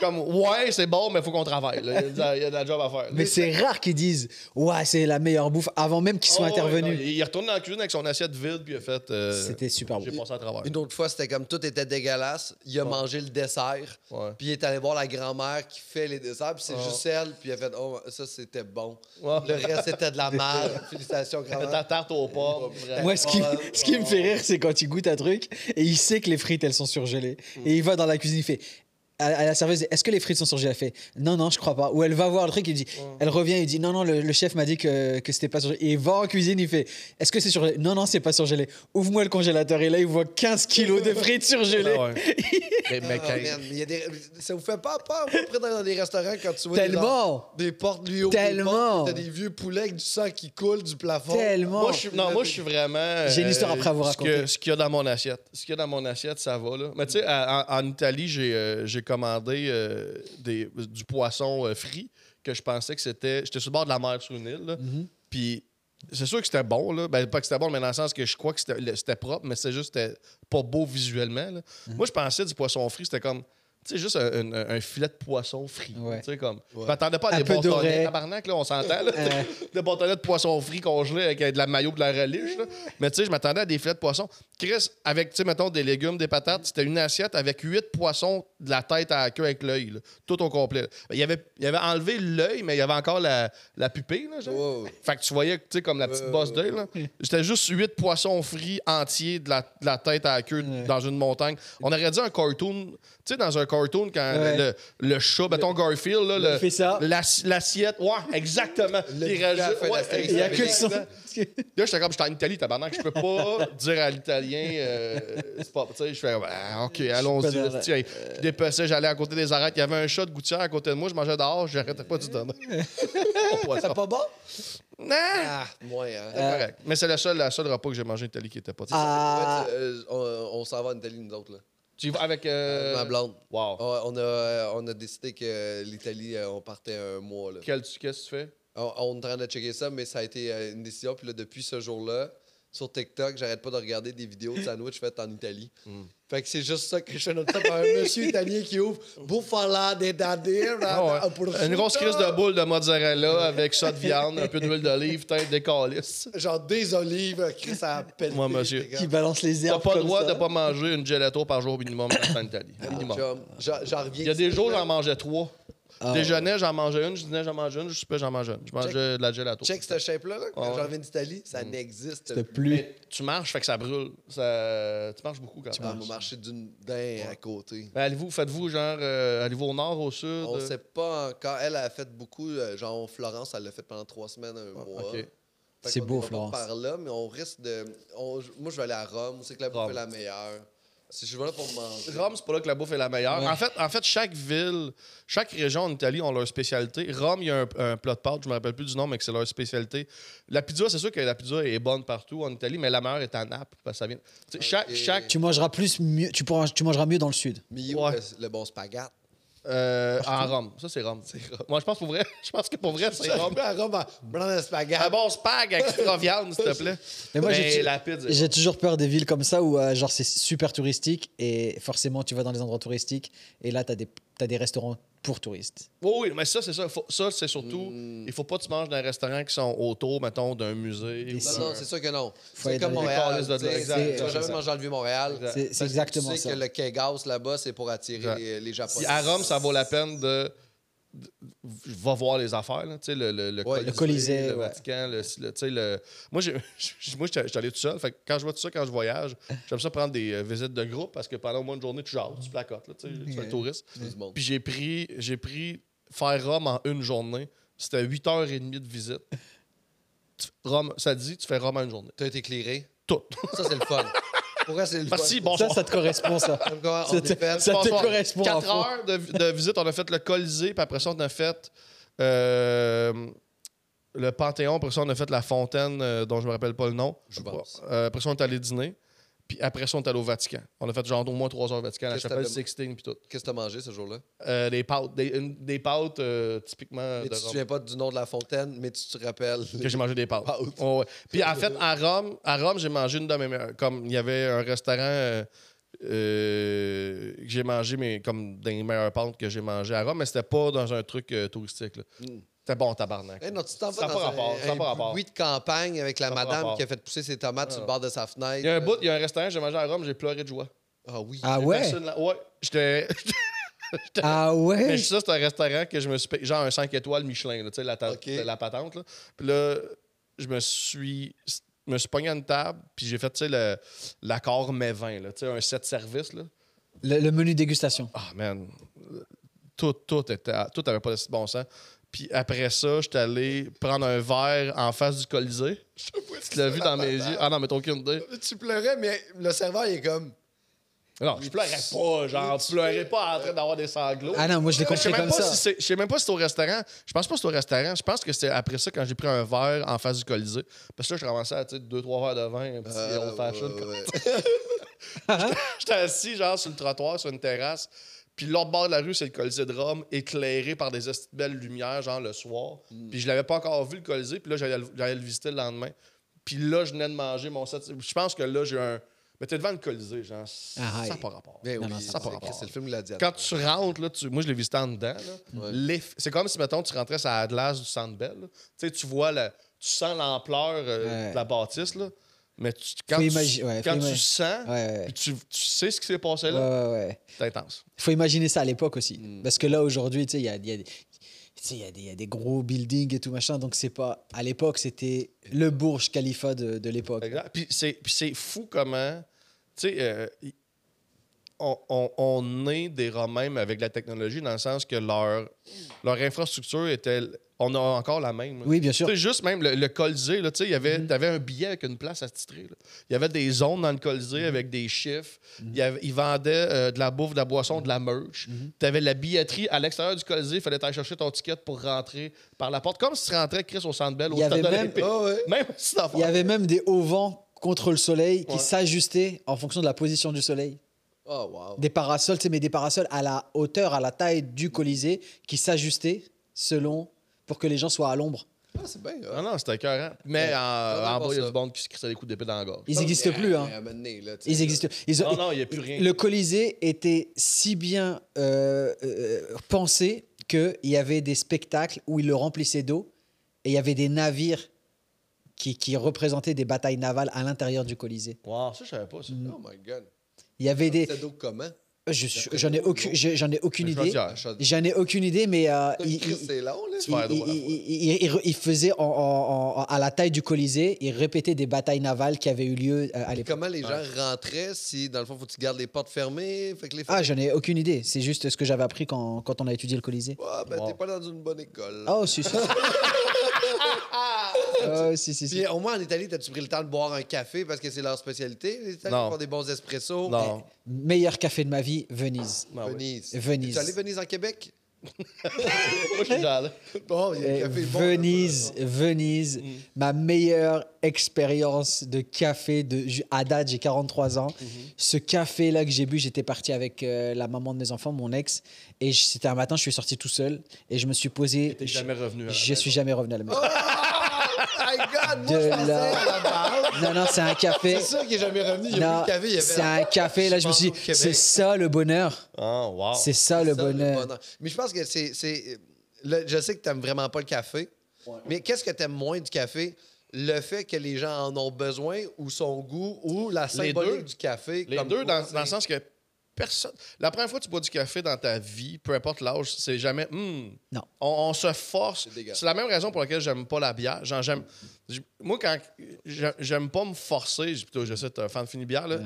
[SPEAKER 1] comme Ouais, c'est bon, mais il faut qu'on travaille. là. Il y a de la- il y a de la job à faire.
[SPEAKER 3] Mais c'est rare qu'ils disent Ouais, c'est la meilleure bouffe avant même qu'ils soient
[SPEAKER 1] Oh, ouais,
[SPEAKER 3] intervenus.
[SPEAKER 1] non, il il est retourné dans la cuisine avec son assiette vide, puis il a fait. euh,
[SPEAKER 3] C'était super
[SPEAKER 1] J'ai
[SPEAKER 3] bon.
[SPEAKER 1] passé à travers.
[SPEAKER 2] Une autre fois, c'était comme tout était dégueulasse. Il a mangé le dessert.
[SPEAKER 1] Ouais.
[SPEAKER 2] Puis il est allé voir la grand-mère qui fait les desserts. Puis c'est
[SPEAKER 1] Ouais.
[SPEAKER 2] juste elle. Puis il a fait Oh, ça, c'était bon.
[SPEAKER 1] Ouais.
[SPEAKER 2] Le reste, c'était de la merde. Félicitations,
[SPEAKER 1] Faites la
[SPEAKER 2] grand-mère.
[SPEAKER 1] tarte aux pommes. vraiment.
[SPEAKER 3] Moi, ce qui,
[SPEAKER 2] Ouais.
[SPEAKER 3] ce qui me fait rire, c'est quand il goûte un truc et il sait que les frites, elles sont surgelées. Et il va dans la cuisine, il fait à, à la serveuse Est-ce que les frites sont surgelées Elle fait Non, non, je crois pas. Ou elle va voir le truc, il dit
[SPEAKER 1] Mm.
[SPEAKER 3] Elle revient, il dit Non, non, le, le chef m'a dit que, que c'était pas surgelé. Et il va en cuisine, il fait Est-ce que c'est surgelé Non, non, c'est pas surgelé. Ouvre-moi le congélateur. Et là, il voit 15 kilos de frites surgelées.
[SPEAKER 1] Ah ouais. Mais- mais
[SPEAKER 2] Ah,
[SPEAKER 1] quand-
[SPEAKER 2] man, il y a des- Ça vous fait pas peur, vous, après, dans des restaurants, quand tu vois des-
[SPEAKER 3] Tellement
[SPEAKER 2] des portes lui
[SPEAKER 3] Tellement.
[SPEAKER 2] T'as des vieux poulets avec du sang qui coule du plafond.
[SPEAKER 3] Tellement
[SPEAKER 1] Moi, je suis, non, moi, je suis vraiment. euh,
[SPEAKER 3] J'ai une histoire après à vous
[SPEAKER 1] ce
[SPEAKER 3] raconter.
[SPEAKER 1] que- ce qu'il y a dans mon assiette. Ce qu'il y a dans mon assiette, ça va. Là. Mais tu sais, à- en, en Italie, j'ai euh, j'ai commandé euh, des, du poisson euh, frit que je pensais que c'était. J'étais sur le bord de la mer sur une île. là.
[SPEAKER 3] Mm-hmm.
[SPEAKER 1] Puis c'est sûr que c'était bon. Là. Ben, pas que c'était bon, mais dans le sens que je crois que c'était le- c'était propre, mais c'est juste c'était pas beau visuellement. là.
[SPEAKER 3] Mm-hmm.
[SPEAKER 1] Moi, je pensais du poisson frit, c'était comme. Tu sais, juste un, un- un filet de poisson frit.
[SPEAKER 3] Ouais.
[SPEAKER 1] Tu sais, comme. Je m'attendais pas à
[SPEAKER 3] Un
[SPEAKER 1] des
[SPEAKER 3] peu doré.
[SPEAKER 1] bâtonnets. Tabarnak, là, on s'entend. là.
[SPEAKER 3] Euh.
[SPEAKER 1] des bâtonnets de poisson frit congelés avec euh, de la maillot de la relish. là. Mais tu sais, je m'attendais à des filets de poisson. Chris, avec, tu sais, mettons, des légumes, des patates, c'était une assiette avec huit poissons de la tête à la queue avec l'œil. là. Tout au complet. Il avait, il avait enlevé l'œil, mais il y avait encore la, la pupille. Là, genre.
[SPEAKER 2] Wow.
[SPEAKER 1] Fait que tu voyais, tu sais, comme la petite bosse d'œil. là. C'était juste huit poissons frits entiers de la, de la tête à la queue dans une montagne. On aurait dit un cartoon. Tu sais, dans un cartoon, quand
[SPEAKER 3] Ouais.
[SPEAKER 1] le, le chat, mettons Garfield, là, le-
[SPEAKER 3] Il fait ça.
[SPEAKER 1] l'assi- Euh, L'assiette. Ouais, exactement.
[SPEAKER 2] Le
[SPEAKER 1] il rajoute.
[SPEAKER 2] fait la
[SPEAKER 1] ouais,
[SPEAKER 2] série.
[SPEAKER 3] Il y a que le son.
[SPEAKER 1] exactement. Là, j'étais comme, j'étais en Italie, tabarnak. Je peux pas dire à l'Italien, euh, c'est pas. Tu sais, je fais, ah, OK, allons-y.
[SPEAKER 3] dans
[SPEAKER 1] là,
[SPEAKER 3] la-
[SPEAKER 1] tu sais, Je dépassais, j'allais à côté des arêtes. Il y avait un chat de gouttière à côté de moi. Je mangeais dehors, j'arrêtais pas du donner. Au poisson.
[SPEAKER 2] C'était pas bon?
[SPEAKER 1] Non!
[SPEAKER 2] Ah, moi, hein.
[SPEAKER 1] C'est correct. Mais c'est le seul, la seule repas que j'ai mangé en Italie qui était pas.
[SPEAKER 3] Ah,
[SPEAKER 2] Ouais, tu- euh, on on s'en va en Italie, nous autres. Là.
[SPEAKER 1] Tu y vas avec. euh,
[SPEAKER 2] Ma blonde.
[SPEAKER 1] Wow.
[SPEAKER 2] Ouais, on, a, euh, on a décidé que l'Italie, euh, on partait un mois. Là.
[SPEAKER 1] Quel- Qu'est-ce que tu fais?
[SPEAKER 2] On, on est en train de checker ça, mais ça a été euh, une décision. Puis là, depuis ce jour-là, sur TikTok, j'arrête pas de regarder des vidéos de sandwich faites en Italie.
[SPEAKER 1] Mm.
[SPEAKER 2] Fait que c'est juste ça que je fais notre top un monsieur italien qui ouvre Bufala de Dadir.
[SPEAKER 1] Ah ouais. Une grosse crise de boule de mozzarella avec ça de viande, un peu d'huile d'olive, tête des calices.
[SPEAKER 2] Genre des olives, euh, Chris, ça a pété.
[SPEAKER 1] Moi, monsieur.
[SPEAKER 2] les gars.
[SPEAKER 3] qui balance les
[SPEAKER 1] T'as
[SPEAKER 3] herbes.
[SPEAKER 1] pas le
[SPEAKER 3] comme
[SPEAKER 1] droit
[SPEAKER 3] ça.
[SPEAKER 1] de pas manger une gelato par jour minimum quand t'es en Italie. Minimum.
[SPEAKER 2] Ah, Chum, J'en j'en reviens.
[SPEAKER 1] Il y a des jours, j'en mangeais trois.
[SPEAKER 3] Ah,
[SPEAKER 1] Déjeuner, j'en mangeais une. Je dînais, j'en mangeais une. Je soupais, j'en mangeais une. Je mangeais de la gelato.
[SPEAKER 2] Check ce shape-là, là,
[SPEAKER 1] Ah
[SPEAKER 2] quand
[SPEAKER 1] ouais. Mm.
[SPEAKER 2] j'en reviens d'Italie, ça n'existe
[SPEAKER 3] de
[SPEAKER 2] plus.
[SPEAKER 3] plus.
[SPEAKER 1] Tu marches, fait que ça brûle. Ça- Tu marches beaucoup quand
[SPEAKER 2] Ah,
[SPEAKER 1] même.
[SPEAKER 2] On va marcher d'une d'un à côté.
[SPEAKER 1] Ben, allez-vous, faites-vous genre, euh, allez-vous au nord, au sud?
[SPEAKER 2] On
[SPEAKER 1] euh?
[SPEAKER 2] sait pas encore. Elle a fait beaucoup. euh, Genre, Florence, elle l'a fait pendant trois semaines, un mois.
[SPEAKER 1] Ah, ok.
[SPEAKER 2] Fait
[SPEAKER 3] C'est
[SPEAKER 2] qu'on
[SPEAKER 3] beau,
[SPEAKER 2] ira pas
[SPEAKER 3] Florence.
[SPEAKER 2] Par là, mais on risque de. on- moi, je vais aller à Rome. C'est que la bouffe
[SPEAKER 1] Rome.
[SPEAKER 2] est la meilleure. Si je vais là pour manger.
[SPEAKER 1] Rome, c'est pas là que la bouffe est la meilleure.
[SPEAKER 3] Ouais.
[SPEAKER 1] En, fait, en fait, chaque ville, chaque région en Italie ont leur spécialité. Rome, il y a un, un plat de pâtes, je me rappelle plus du nom, mais que c'est leur spécialité. La pizza, c'est sûr que la pizza est bonne partout en Italie, mais la meilleure est à Naples. Parce que ça vient... tu sais, Chaque,
[SPEAKER 2] Ok.
[SPEAKER 1] chaque
[SPEAKER 3] Tu mangeras plus mieux, tu, pourras, tu mangeras mieux dans le sud.
[SPEAKER 2] Mais où
[SPEAKER 1] Ouais.
[SPEAKER 2] le, le bon spaghette?
[SPEAKER 1] euh, en Rome. Ça, c'est Rome. Moi, je pense pour vrai. Je pense que pour vrai, c'est Rome.
[SPEAKER 2] à Rome, en prenant le spaghette.
[SPEAKER 1] Un bon spag avec extra viande, s'il te plaît.
[SPEAKER 3] Mais moi, j'ai-
[SPEAKER 1] la pizza.
[SPEAKER 3] J'ai toujours peur des villes comme ça où euh, genre c'est super touristique et forcément tu vas dans les endroits touristiques et là tu as des t'as des restaurants pour touristes.
[SPEAKER 1] Oui, oui, mais ça, c'est ça. Faut- ça, c'est surtout.
[SPEAKER 2] Mm.
[SPEAKER 1] Il faut pas que tu manges dans des restaurants qui sont autour, mettons, d'un musée. ou
[SPEAKER 2] Non,
[SPEAKER 3] c'est-
[SPEAKER 2] non,
[SPEAKER 1] d'un-
[SPEAKER 2] c'est sûr que non.
[SPEAKER 3] Faut
[SPEAKER 2] C'est
[SPEAKER 3] être
[SPEAKER 2] comme
[SPEAKER 3] dans les
[SPEAKER 2] Montréal.
[SPEAKER 1] calices de-
[SPEAKER 2] tu sais,
[SPEAKER 1] exact,
[SPEAKER 2] Tu vas
[SPEAKER 1] exact,
[SPEAKER 2] jamais
[SPEAKER 1] exact.
[SPEAKER 2] manger dans le vieux Montréal.
[SPEAKER 1] Exact.
[SPEAKER 3] C'est-
[SPEAKER 2] Parce
[SPEAKER 3] C'est
[SPEAKER 2] que
[SPEAKER 3] exactement
[SPEAKER 2] tu sais
[SPEAKER 3] ça.
[SPEAKER 2] que le Kegas là-bas, c'est pour attirer
[SPEAKER 1] Exact.
[SPEAKER 2] les, les
[SPEAKER 1] Si
[SPEAKER 2] Japonais.
[SPEAKER 1] à Rome, ça vaut la peine de. de- Va voir les affaires, là. Tu sais, le, le, le
[SPEAKER 2] Ouais, le
[SPEAKER 3] Colisée,
[SPEAKER 1] le
[SPEAKER 3] ouais.
[SPEAKER 1] Vatican, le, le- tu sais, le- Moi, j'ai- moi j'étais j'étais allé tout seul. Fait que quand je vois tout ça, quand je voyage, j'aime ça prendre des euh, visites de groupe parce que pendant au moins une journée, tu jases, tu placotes, là, tu sais, tu fais le touriste.
[SPEAKER 2] Tout le monde.
[SPEAKER 1] Puis j'ai pris, j'ai pris faire Rome en une journée. C'était 8h30 de visite. Tu- Rome, ça dit, tu fais Rome en une journée.
[SPEAKER 2] T'as été éclairé.
[SPEAKER 1] Tout.
[SPEAKER 2] Ça, c'est le fun. Pourquoi c'est le
[SPEAKER 1] Merci,
[SPEAKER 2] fun?
[SPEAKER 1] bonsoir.
[SPEAKER 3] Ça ça te correspond ça. Ah
[SPEAKER 2] Comme quoi, on
[SPEAKER 3] Ça te-
[SPEAKER 2] est fait.
[SPEAKER 3] ça- te
[SPEAKER 1] Bonsoir.
[SPEAKER 3] correspond à
[SPEAKER 1] Quatre
[SPEAKER 3] fond.
[SPEAKER 1] heures de, de visite. On a fait le Colisée, puis après ça, on a fait euh, le Panthéon. Après ça, on a fait la fontaine, euh, dont je me rappelle pas le nom.
[SPEAKER 2] Je pense.
[SPEAKER 1] Euh, après ça, on est allé dîner. Puis après ça, on est allé au Vatican. On a fait genre au moins trois heures au Vatican, la
[SPEAKER 2] Qu'est-ce que
[SPEAKER 1] chapelle
[SPEAKER 2] t'avais-
[SPEAKER 1] Sixtine, puis tout.
[SPEAKER 2] Qu'est-ce que t'as mangé ce jour-là?
[SPEAKER 1] Euh, des pâtes, des, une- des pâtes euh, typiquement de
[SPEAKER 2] Mais tu te
[SPEAKER 1] Rome.
[SPEAKER 2] souviens pas du nom de la fontaine, mais tu te rappelles.
[SPEAKER 1] que j'ai mangé des pâtes.
[SPEAKER 2] Pâtes.
[SPEAKER 1] Ouais, ouais. Puis en fait, à Rome, à Rome j'ai mangé une de mes meilleures. Comme il y avait un restaurant euh, euh, que j'ai mangé, mais comme des meilleures pâtes que j'ai mangé à Rome, mais c'était pas dans un truc euh, touristique. là.
[SPEAKER 2] Hmm.
[SPEAKER 1] C'était bon, tabarnak.
[SPEAKER 2] Eh non, tu t'en vas
[SPEAKER 1] Ça a
[SPEAKER 2] dans
[SPEAKER 1] pas
[SPEAKER 2] un-
[SPEAKER 1] rapport, ça a pas
[SPEAKER 2] un
[SPEAKER 1] rapport.
[SPEAKER 2] bruit de campagne avec la
[SPEAKER 1] Ça a pas
[SPEAKER 2] madame
[SPEAKER 1] rapport. Ah.
[SPEAKER 2] qui a fait pousser ses tomates sur le bord de sa fenêtre.
[SPEAKER 1] Il y a un bout, il y a un restaurant que j'ai mangé à Rome, j'ai pleuré de joie.
[SPEAKER 2] Ah oui.
[SPEAKER 3] Ah ouais?
[SPEAKER 1] Personne là- Ouais, j'étais.
[SPEAKER 3] Ah
[SPEAKER 1] Mais
[SPEAKER 3] ouais?
[SPEAKER 1] ça, c'est un restaurant que je me suis payé, genre un 5 étoiles Michelin, là, tu sais, la, ta-
[SPEAKER 2] Ok.
[SPEAKER 1] la patente. Là. Puis là, je me suis, je me suis pogné à une table, puis j'ai fait, tu sais, le- l'accord mes 20, là, tu sais, un set service. Là.
[SPEAKER 3] Le, le menu dégustation.
[SPEAKER 1] Ah, man, tout, tout, était, tout avait pas de bon sens. Puis après ça, j'étais allé prendre un verre en face du Colisée. Tu l'as vu dans mes yeux. Ah non, mais t'as aucune idée.
[SPEAKER 2] Tu pleurais, mais le serveur, il est comme.
[SPEAKER 1] Non, je pleurais pas, genre, je pleurais pas en train d'avoir des sanglots.
[SPEAKER 3] Ah non, moi je l'ai
[SPEAKER 1] Je sais
[SPEAKER 3] compris
[SPEAKER 1] même
[SPEAKER 3] comme
[SPEAKER 1] pas
[SPEAKER 3] ça.
[SPEAKER 1] si c'est- je sais même pas si c'est au restaurant. Je pense pas que c'est au restaurant. Je pense que c'est après ça quand j'ai pris un verre en face du Colisée. Parce que là, je commençais à tu sais, deux, trois verres de vin, un petit
[SPEAKER 2] Ah,
[SPEAKER 1] old fashion.
[SPEAKER 2] ouais, ouais.
[SPEAKER 1] J'étais assis genre sur le trottoir, sur une terrasse. Puis l'autre bord de la rue, c'est le Colisée de Rome, éclairé par des hosties de belles lumières, genre le soir. Puis je l'avais pas encore vu le Colisée. Puis là, j'allais le- j'allais le visiter le lendemain. Puis là, je venais de manger mon set. Je pense que là, j'ai un. Mais t'es devant le Colisée, genre.
[SPEAKER 3] Ah,
[SPEAKER 1] ça n'a
[SPEAKER 3] hey.
[SPEAKER 1] pas rapport.
[SPEAKER 2] Ben
[SPEAKER 3] Non,
[SPEAKER 2] oui,
[SPEAKER 3] non,
[SPEAKER 2] c'est
[SPEAKER 3] ça
[SPEAKER 1] a pas rapport.
[SPEAKER 2] c'est le film Gladiator.
[SPEAKER 1] Quand tu rentres, là, tu- moi, je l'ai visité en dedans. là.
[SPEAKER 2] Ouais.
[SPEAKER 1] L'eff- C'est comme si, mettons, tu rentrais à la glace du Centre Bell. là. Tu sais, tu vois, la- tu sens l'ampleur euh,
[SPEAKER 3] Ouais.
[SPEAKER 1] de la bâtisse, là. mais tu- quand,
[SPEAKER 3] Faut
[SPEAKER 1] tu,
[SPEAKER 3] imagi- ouais, faut
[SPEAKER 1] quand tu
[SPEAKER 3] imagi-
[SPEAKER 1] sens,
[SPEAKER 3] Ouais, ouais,
[SPEAKER 1] puis
[SPEAKER 3] ouais.
[SPEAKER 1] tu, tu sais ce qui s'est passé
[SPEAKER 3] Ouais,
[SPEAKER 1] là, Hmm.
[SPEAKER 3] ouais, ouais.
[SPEAKER 1] c'est intense.
[SPEAKER 3] faut imaginer ça à l'époque aussi. Parce que là, aujourd'hui, tu sais, il y a, il y a des- tu sais, il y a des- il y a des gros buildings et tout machin. Donc, c'est pas. À l'époque, c'était le Burj Khalifa de, de l'époque.
[SPEAKER 1] Exact. Puis c'est puis c'est fou comment, tu sais, euh, y- on, on- on est des Romains mais avec la technologie dans le sens que leur, leur infrastructure était, on a encore la même. là.
[SPEAKER 3] Oui, Mm-hmm. bien sûr.
[SPEAKER 1] Tu sais, juste même le, le Colisée, là, tu sais, il y avait, t'avais un billet avec une place à titrer. là. Il y avait des zones dans le Colisée
[SPEAKER 3] Mm-hmm.
[SPEAKER 1] avec des chiffres. Il y avait- Ils vendaient euh, de la bouffe, de la boisson, de la merch.
[SPEAKER 3] Mm-hmm.
[SPEAKER 1] T'avais la billetterie à l'extérieur du Colisée. Il fallait aller chercher ton ticket pour rentrer par la porte. Comme si tu rentrais, Chris, au Centre Bell, au
[SPEAKER 3] Il y
[SPEAKER 1] Stade
[SPEAKER 3] avait même- Oh!
[SPEAKER 1] olympique.
[SPEAKER 2] Ah ouais.
[SPEAKER 1] Même si t'en
[SPEAKER 3] Il y avait même des hauts vents contre le soleil qui
[SPEAKER 1] Ouais.
[SPEAKER 3] s'ajustaient en fonction de la position du soleil.
[SPEAKER 2] Oh, wow.
[SPEAKER 3] Des parasols, tu sais, mais des parasols à la hauteur, à la taille du Colisée, qui s'ajustaient selon pour que les gens soient à l'ombre.
[SPEAKER 2] Ah, c'est bien.
[SPEAKER 1] Non, non, c'était écœurant. Mais en, en
[SPEAKER 2] pas
[SPEAKER 1] bas, il y a
[SPEAKER 2] ça.
[SPEAKER 1] du monde qui se crissait des coups d'épée dans la gorge.
[SPEAKER 2] Ah,
[SPEAKER 3] Ils n'existent plus, hein. Ils existent. Ils ont-
[SPEAKER 1] Non, non, il n'y a plus rien.
[SPEAKER 3] Le Colisée était si bien euh, euh, pensé qu'il y avait des spectacles où ils le remplissaient d'eau et il y avait des navires qui, qui représentaient des batailles navales à l'intérieur du Colisée.
[SPEAKER 1] Wow, ça, je savais pas, ça.
[SPEAKER 2] Oh my god.
[SPEAKER 3] Il y avait des.
[SPEAKER 2] C'était donc comment?
[SPEAKER 3] Je suis- J'en ai, aucune- j'ai- j'en ai aucune
[SPEAKER 1] Je vais
[SPEAKER 3] idée.
[SPEAKER 1] dire,
[SPEAKER 3] J'en ai aucune idée, mais euh, il- il-
[SPEAKER 2] C'est long, là.
[SPEAKER 1] Tu vas à
[SPEAKER 3] il-
[SPEAKER 1] droite.
[SPEAKER 3] il- il- il- il faisait en- en- en- à la taille du Colisée, il répétait des batailles navales qui avaient eu lieu euh, à
[SPEAKER 2] Et
[SPEAKER 3] l'époque.
[SPEAKER 2] comment les gens rentraient si, dans le fond, faut que tu gardes les portes fermées? Fait que les
[SPEAKER 3] Ah, j'en ai aucune idée. C'est juste ce que j'avais appris quand, quand on a étudié le Colisée.
[SPEAKER 2] Ah, ben,
[SPEAKER 1] Wow.
[SPEAKER 2] t'es pas dans une bonne école.
[SPEAKER 3] Oh, si, si. si. oh, si, si, si.
[SPEAKER 2] Puis au moins en Italie, t'as-tu pris le temps de boire un café parce que c'est leur spécialité? Les Italiens
[SPEAKER 1] Non.
[SPEAKER 2] font des bons espressos. Ben,
[SPEAKER 1] Non.
[SPEAKER 3] Meilleur café de ma vie, Venise.
[SPEAKER 1] Ah ouais.
[SPEAKER 2] Venise.
[SPEAKER 3] Venise.
[SPEAKER 2] Tu allé Venise en Québec?
[SPEAKER 1] Moi, je suis déjà allé.
[SPEAKER 2] Bon, il y a
[SPEAKER 3] Eh,
[SPEAKER 2] un café bon, là.
[SPEAKER 3] Venise, Venise, ma meilleure expérience de café de, ju- à date, j'ai 43 ans. Ce café-là que j'ai bu, j'étais parti avec euh, la maman de mes enfants, mon ex, et je- c'était un matin, je suis sorti tout seul et je me suis posé.
[SPEAKER 1] T'es jamais revenu. à la
[SPEAKER 3] Je
[SPEAKER 1] maison.
[SPEAKER 3] suis jamais revenu à la maison.
[SPEAKER 2] My God, moi,
[SPEAKER 3] De
[SPEAKER 2] je pensais
[SPEAKER 3] là.
[SPEAKER 2] à la base.
[SPEAKER 3] Non, non, c'est un café.
[SPEAKER 2] C'est sûr qu'il est jamais revenu. Il a
[SPEAKER 3] Non,
[SPEAKER 2] plus le café. Il y avait
[SPEAKER 3] c'est un café. Là, je me suis
[SPEAKER 2] Je
[SPEAKER 3] dit,
[SPEAKER 2] pense au Québec.
[SPEAKER 3] c'est ça le bonheur.
[SPEAKER 1] Ah, wow.
[SPEAKER 3] C'est ça le
[SPEAKER 2] ça,
[SPEAKER 3] bonheur.
[SPEAKER 2] Mais je pense que c'est. c'est- le- je sais que t'aimes vraiment pas le café. Mais qu'est-ce que t'aimes moins du café? Le fait que les gens en ont besoin ou son goût ou la symbolique
[SPEAKER 1] deux.
[SPEAKER 2] du café.
[SPEAKER 1] Les
[SPEAKER 2] comme
[SPEAKER 1] deux,
[SPEAKER 2] quoi,
[SPEAKER 1] dans,
[SPEAKER 2] c'est-
[SPEAKER 1] dans le sens que personne. La première fois que tu bois du café dans ta vie, peu importe l'âge, c'est jamais. Hmm.
[SPEAKER 3] Non.
[SPEAKER 1] On, on se force.
[SPEAKER 2] C'est dégueulasse.
[SPEAKER 1] C'est la même raison pour laquelle j'aime pas la bière. Genre, j'aime. j'- Moi, quand. j'a- J'aime pas me forcer. j- plutôt, Je sais, t'es un fan de fini bière, là.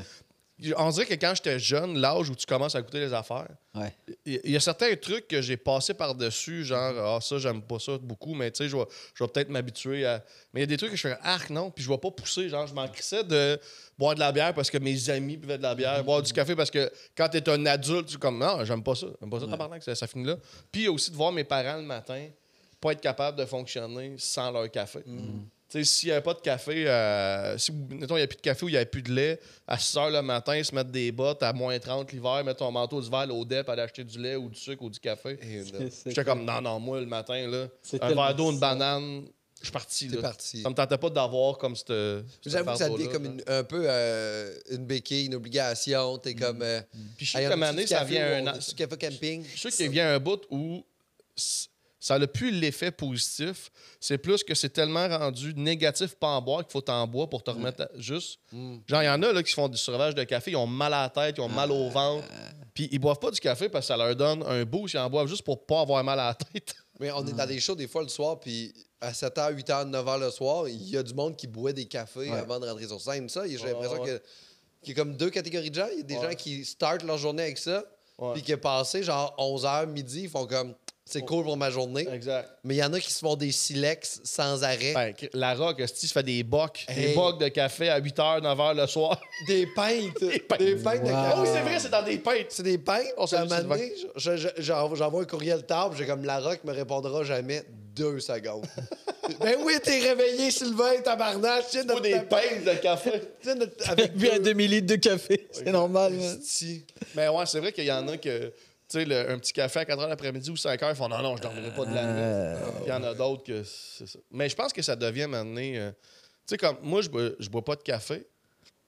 [SPEAKER 1] On dirait que quand j'étais jeune, l'âge où tu commences à goûter les affaires,
[SPEAKER 3] Ouais.
[SPEAKER 1] il il y a certains trucs que j'ai passé par-dessus, genre, ah, ça, j'aime pas ça beaucoup, mais tu sais, je vais, je vais peut-être m'habituer à. Mais il y a des trucs que je fais, arc, non, puis je vais pas pousser. Genre, je m'en crissais de boire de la bière parce que mes amis buvaient de la bière, boire du café parce que quand t'es un adulte, tu es comme, non, j'aime pas ça, j'aime pas ça, tabarnak, ça, ça finit là.
[SPEAKER 2] Mm.
[SPEAKER 1] Puis il y a aussi de voir mes parents le matin pas être capable de fonctionner sans leur café. Tu sais, s'il n'y avait pas de café, euh, si, mettons, il n'y a plus de café ou il n'y a plus de lait, à 6 h le matin, se mettre des bottes à moins 30 l'hiver, mettre ton manteau d'hiver, l'eau DEP, aller acheter du lait ou du sucre ou du café.
[SPEAKER 2] Et là,
[SPEAKER 1] J'étais comme, non, non, moi, le matin, là,
[SPEAKER 4] C'est
[SPEAKER 1] un
[SPEAKER 4] tellement
[SPEAKER 1] verre d'eau, une
[SPEAKER 4] ça.
[SPEAKER 1] banane, je suis parti.
[SPEAKER 2] T'es
[SPEAKER 1] là.
[SPEAKER 2] parti.
[SPEAKER 1] Ça me tentait pas d'avoir comme cette. cette
[SPEAKER 2] J'avoue que ça devient
[SPEAKER 1] fardeau-là,
[SPEAKER 2] comme
[SPEAKER 1] là.
[SPEAKER 2] une- un peu euh, une béquille, une obligation. T'es comme. euh,
[SPEAKER 1] Puis je sais
[SPEAKER 2] Hey,
[SPEAKER 1] que, à
[SPEAKER 2] on
[SPEAKER 1] un
[SPEAKER 2] a-tu
[SPEAKER 1] moment
[SPEAKER 2] du
[SPEAKER 1] donné, ça
[SPEAKER 2] café
[SPEAKER 1] vient
[SPEAKER 2] ou
[SPEAKER 1] un
[SPEAKER 2] on
[SPEAKER 1] an.
[SPEAKER 2] a-tu du café camping.
[SPEAKER 1] Je sais qu'il vient un bout où c- ça n'a plus l'effet positif. C'est plus que c'est tellement rendu négatif pas en boire qu'il faut t'en boire pour te remettre à- juste.
[SPEAKER 2] Mm.
[SPEAKER 1] Genre, il y en a là, qui se font du servage de café, ils ont mal à la tête, ils ont mal au ventre.
[SPEAKER 2] Ah.
[SPEAKER 1] Puis ils boivent pas du café parce que ça leur donne un boost, ils en boivent juste pour pas avoir mal à la tête.
[SPEAKER 2] Mais on est dans des shows des fois le soir, puis à 7h, 8h, 9h le soir, il y a du monde qui boit des cafés
[SPEAKER 3] Ouais.
[SPEAKER 2] avant de rentrer sur scène. Ça, j'ai l'impression
[SPEAKER 1] ouais.
[SPEAKER 2] que- qu'il y a comme deux catégories de gens. Il y a des
[SPEAKER 1] Ouais.
[SPEAKER 2] gens qui startent leur journée avec ça, puis qui, passé genre 11h, midi, ils font comme c'est cool pour ma journée.
[SPEAKER 1] Oh. Exact.
[SPEAKER 2] Mais il y en a qui se font des silex sans arrêt.
[SPEAKER 1] Ben, la rock, Esti, se fait des bocs,
[SPEAKER 2] Hey.
[SPEAKER 1] des bocs de café à 8h, 9h le soir.
[SPEAKER 2] Des pintes. des
[SPEAKER 1] pintes.
[SPEAKER 2] pintes. de
[SPEAKER 3] Wow.
[SPEAKER 2] café.
[SPEAKER 1] Oh, c'est vrai, c'est dans des pintes.
[SPEAKER 2] C'est des pintes.
[SPEAKER 1] On
[SPEAKER 2] On
[SPEAKER 1] s'est
[SPEAKER 2] s'est
[SPEAKER 1] mis sur le
[SPEAKER 2] donné, je- je- j'en- J'envoie un courriel tard, puis j'ai comme la rock me répondra jamais deux secondes. ben oui, t'es réveillé, Sylvain, tabarnak. Tiens,
[SPEAKER 1] Ou
[SPEAKER 2] notre
[SPEAKER 1] des pintes de café.
[SPEAKER 2] Tiens, notre- avec
[SPEAKER 3] bu un
[SPEAKER 2] deux-
[SPEAKER 3] demi-litre de café, c'est normal. ouais.
[SPEAKER 2] Esti.
[SPEAKER 1] Mais ouais, c'est vrai qu'il y en a que, tu sais, le- un petit café à 4 h l'après-midi ou 5 h, ils font non, non, je dormirai pas de la
[SPEAKER 2] Euh.
[SPEAKER 1] nuit. Puis il y en a d'autres que c'est ça. Mais je pense que ça devient maintenant. euh, tu sais, comme moi, je bois, je bois pas de café.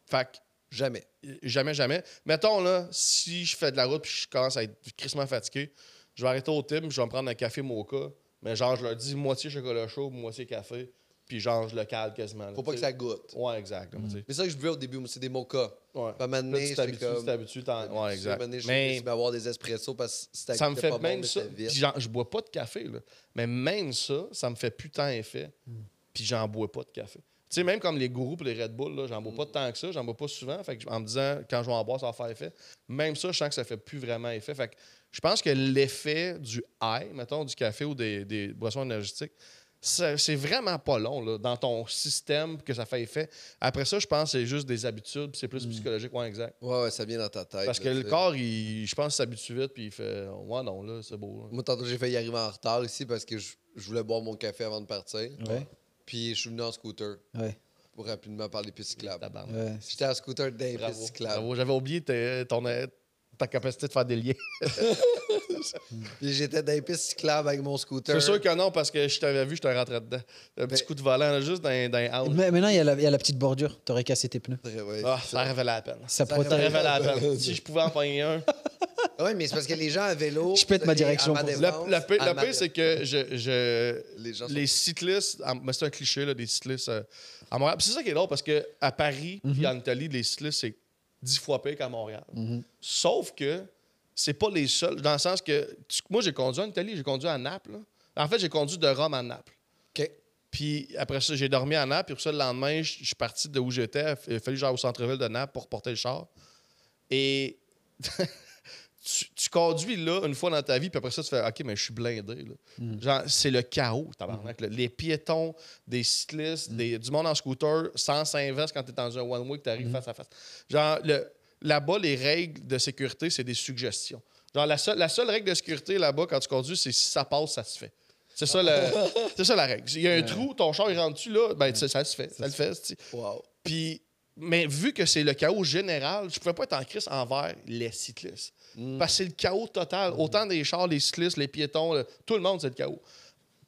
[SPEAKER 1] Fait que euh,
[SPEAKER 2] Jamais.
[SPEAKER 1] jamais, jamais. Mettons, là, si je fais de la route puis je commence à être crissement fatigué, je vais arrêter au Tim, je vais me prendre un café mocha. Mais genre, je leur dis moitié chocolat chaud, moitié café. Puis genre, je le cale quasiment. là,
[SPEAKER 2] Faut pas
[SPEAKER 1] tu
[SPEAKER 2] que
[SPEAKER 1] sais.
[SPEAKER 2] ça goûte.
[SPEAKER 1] Ouais, exact. là, tu sais.
[SPEAKER 2] Mais ça que je buvais au début, moi, c'est des mochas.
[SPEAKER 1] Ouais.
[SPEAKER 2] Pas maintenant,
[SPEAKER 1] Là, tu
[SPEAKER 2] c'est
[SPEAKER 1] t'habitues,
[SPEAKER 2] comme-
[SPEAKER 1] tu t'habitues. t'en- Ouais, exact.
[SPEAKER 2] Mais... Je
[SPEAKER 1] Mais-
[SPEAKER 2] vais avoir des espressos parce que c'était
[SPEAKER 1] ça me
[SPEAKER 2] c'était
[SPEAKER 1] fait
[SPEAKER 2] pas bon,
[SPEAKER 1] même
[SPEAKER 2] mais
[SPEAKER 1] ça.
[SPEAKER 2] c'était vite.
[SPEAKER 1] Puis j'en- je bois pas de café, là. Mais même ça, ça me fait putain effet.
[SPEAKER 2] Hmm.
[SPEAKER 1] Puis j'en bois pas de café. Tu sais, même comme les gourous et les Red Bull, là, j'en bois
[SPEAKER 2] Hmm.
[SPEAKER 1] pas tant que ça, j'en bois pas souvent. Fait que, en me disant, quand je vais en boire, ça va faire effet. Même ça, je sens que ça fait plus vraiment effet. Fait que je pense que l'effet du high, mettons, du café ou des, des boissons énergétiques, ça- c'est vraiment pas long là, dans ton système que ça fait effet. Après ça, je pense que c'est juste des habitudes, puis c'est
[SPEAKER 2] Hmm.
[SPEAKER 1] plus psychologique, ouais, exact.
[SPEAKER 2] Ouais, ouais, ça vient dans ta tête.
[SPEAKER 1] Parce
[SPEAKER 2] là,
[SPEAKER 1] que
[SPEAKER 2] tu
[SPEAKER 1] le
[SPEAKER 2] sais.
[SPEAKER 1] corps, il- je pense, s'habitue vite, puis il fait Ouais, non, là, c'est beau. là.
[SPEAKER 2] Moi, tantôt, j'ai failli arriver en retard ici parce que je, je voulais boire mon café avant de partir.
[SPEAKER 3] Ouais,
[SPEAKER 2] Puis je suis venu en scooter
[SPEAKER 3] ouais,
[SPEAKER 2] pour rapidement parler pistes cyclables.
[SPEAKER 1] Tabarnak.
[SPEAKER 3] ouais.
[SPEAKER 2] J'étais en scooter d'un
[SPEAKER 1] Bravo.
[SPEAKER 2] piste cyclable.
[SPEAKER 1] Bravo. J'avais oublié ta- ton, euh, ta capacité de faire des liens.
[SPEAKER 2] Puis j'étais d'un piste cyclable avec mon scooter.
[SPEAKER 1] C'est sûr que non, parce que je t'avais vu, je te rentrais dedans. Un petit
[SPEAKER 2] Mais-
[SPEAKER 1] coup de volant, là, juste dans, dans les hanches.
[SPEAKER 3] Mais maintenant, il y, a la- il y a la petite bordure. T'aurais cassé tes pneus.
[SPEAKER 2] Ouais,
[SPEAKER 1] Ah, ça révélait la peine.
[SPEAKER 3] Ça,
[SPEAKER 2] Ça
[SPEAKER 1] Ça
[SPEAKER 3] protège.
[SPEAKER 1] révélait la peine. si je pouvais en pogner un.
[SPEAKER 2] Ouais, mais c'est parce que les gens à vélo.
[SPEAKER 3] Je pète ma
[SPEAKER 2] et
[SPEAKER 3] direction
[SPEAKER 2] à ma
[SPEAKER 3] pour ça.
[SPEAKER 1] Le,
[SPEAKER 2] défense,
[SPEAKER 1] le pire,
[SPEAKER 2] à
[SPEAKER 1] le
[SPEAKER 2] ma
[SPEAKER 1] pire, c'est que je, je-
[SPEAKER 2] Les gens sont-
[SPEAKER 1] les cyclistes, à- mais c'est un cliché, là, des cyclistes euh, à Montréal. Puis c'est ça qui est drôle parce qu'à Paris
[SPEAKER 2] Mhm.
[SPEAKER 1] puis en Italie, les cyclistes, c'est dix fois pire qu'à Montréal.
[SPEAKER 2] Mhm.
[SPEAKER 1] Sauf que c'est pas les seuls, dans le sens que tu- moi, j'ai conduit en Italie, j'ai conduit à Naples. là. En fait, j'ai conduit de Rome à Naples.
[SPEAKER 2] OK.
[SPEAKER 1] Puis après ça, j'ai dormi à Naples. Puis pour ça, le lendemain, je je suis parti de où j'étais. Il a fallu que j'aille au centre-ville de Naples pour porter le char. Et tu, tu conduis là une fois dans ta vie, puis après ça, tu fais OK, mais je suis blindé. là. Genre, c'est le chaos, tabarnak. là. Les piétons, des cyclistes, des- du monde en scooter, sans s'investir quand tu es dans un one-way, que tu arrives face à face. Genre, le- là-bas, les règles de sécurité, c'est des suggestions. Genre, la, seule- la seule règle de sécurité là-bas, quand tu conduis, c'est si ça passe, ça se fait. C'est ça, le- c'est ça la règle. Il y a un trou, ton char, il rentre-tu là, ben, tu sais, ça se fait. Ça, le fait. tu sais.
[SPEAKER 2] Wow.
[SPEAKER 1] Puis, mais vu que c'est le chaos général, je pouvais pas être en crise envers les cyclistes. Parce que c'est le chaos total. Autant des chars, les cyclistes, les piétons, le- tout le monde, c'est le chaos.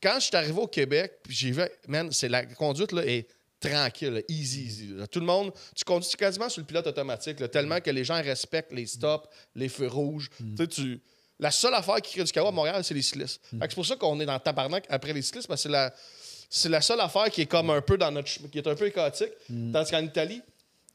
[SPEAKER 1] Quand je suis arrivé au Québec, puis j'ai vu, man, c'est la conduite là, est tranquille, là, easy, easy. là. Tout le monde, tu conduis c'est quasiment sur le pilote automatique, là, tellement que les gens respectent les stops, les feux rouges.
[SPEAKER 3] Mm.
[SPEAKER 1] Tu sais, tu- La seule affaire qui crée du chaos à Montréal, c'est les cyclistes.
[SPEAKER 3] Mm.
[SPEAKER 1] Fait que C'est pour ça qu'on est dans le tabarnak après les cyclistes, parce que c'est la c'est la seule affaire qui est comme un peu dans notre chem- qui est un peu chaotique.
[SPEAKER 3] Mm.
[SPEAKER 1] Tandis qu'en Italie,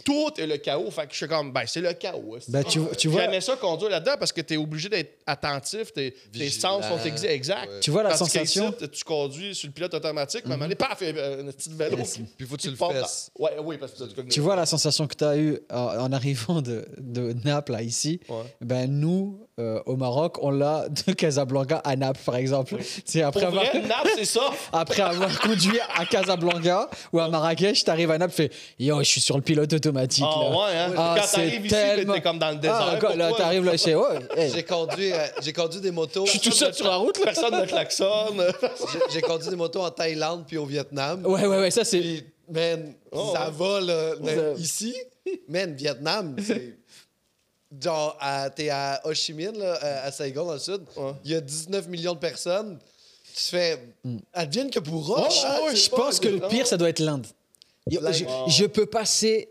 [SPEAKER 1] tout est le chaos. Fait que je suis comme, ben, c'est le chaos. esti.
[SPEAKER 3] Ben, tu, tu vois,
[SPEAKER 1] J'aimais ça conduire là-dedans parce que tu es obligé d'être attentif, tes, tes
[SPEAKER 2] Vigilant.
[SPEAKER 1] sens sont ex- exacts.
[SPEAKER 2] Ouais.
[SPEAKER 3] Tu vois la
[SPEAKER 1] Tandis
[SPEAKER 3] sensation?
[SPEAKER 1] qu'ici, tu conduis sur le pilote automatique, mais à un moment donné, paf, il y a une petite vélo.
[SPEAKER 3] Yes.
[SPEAKER 1] qui-
[SPEAKER 2] Puis faut que
[SPEAKER 1] qui
[SPEAKER 2] tu le
[SPEAKER 1] part dans-
[SPEAKER 2] fasses.
[SPEAKER 1] Ouais, oui, parce que tu,
[SPEAKER 3] tu euh, vois la sensation que tu as eue en, en arrivant de, de Naples à ici.
[SPEAKER 1] Ouais.
[SPEAKER 3] Ben, nous, euh, au Maroc, on l'a de Casablanca à Naples, par exemple. C'est après
[SPEAKER 1] Pour
[SPEAKER 3] avoir.
[SPEAKER 1] vrai, Naples, c'est ça.
[SPEAKER 3] Après avoir conduit à Casablanca ou à Marrakech, t'arrives à Naples, fais Yo, je suis sur le pilote automatique.
[SPEAKER 1] Ah
[SPEAKER 3] là.
[SPEAKER 1] ouais, hein?
[SPEAKER 3] Ah,
[SPEAKER 1] Quand
[SPEAKER 3] c'est
[SPEAKER 1] t'arrives ici,
[SPEAKER 3] tellement-
[SPEAKER 1] t'es comme dans le
[SPEAKER 3] Ah,
[SPEAKER 1] désert. hein,
[SPEAKER 3] quoi, là,
[SPEAKER 1] Pourquoi?
[SPEAKER 3] t'arrives là chez. Ouais, hey.
[SPEAKER 2] J'ai conduit, euh, j'ai conduit des motos.
[SPEAKER 1] Je suis tout seul sur la route, là. Personne ne klaxonne.
[SPEAKER 2] J'ai- J'ai conduit des motos en Thaïlande puis au Vietnam.
[SPEAKER 3] ouais, ouais, ouais, ça c'est.
[SPEAKER 2] Puis, man,
[SPEAKER 1] Oh,
[SPEAKER 2] ça
[SPEAKER 1] ouais.
[SPEAKER 2] va, là. Mais
[SPEAKER 3] Ça-
[SPEAKER 2] Ici, man, Vietnam, c'est. Genre, à- t'es à Ho Chi Minh, là, à- à Saigon, dans le sud.
[SPEAKER 1] Ouais.
[SPEAKER 2] Il y a 19 millions de personnes. Tu fais. Advienne que pourra.
[SPEAKER 1] Hmm. Oh, Ouais,
[SPEAKER 2] hein,
[SPEAKER 1] ouais,
[SPEAKER 2] c'est
[SPEAKER 3] Oh, Je
[SPEAKER 2] pas-
[SPEAKER 3] pense que le pire, ça doit être l'Inde. Je, je- je peux passer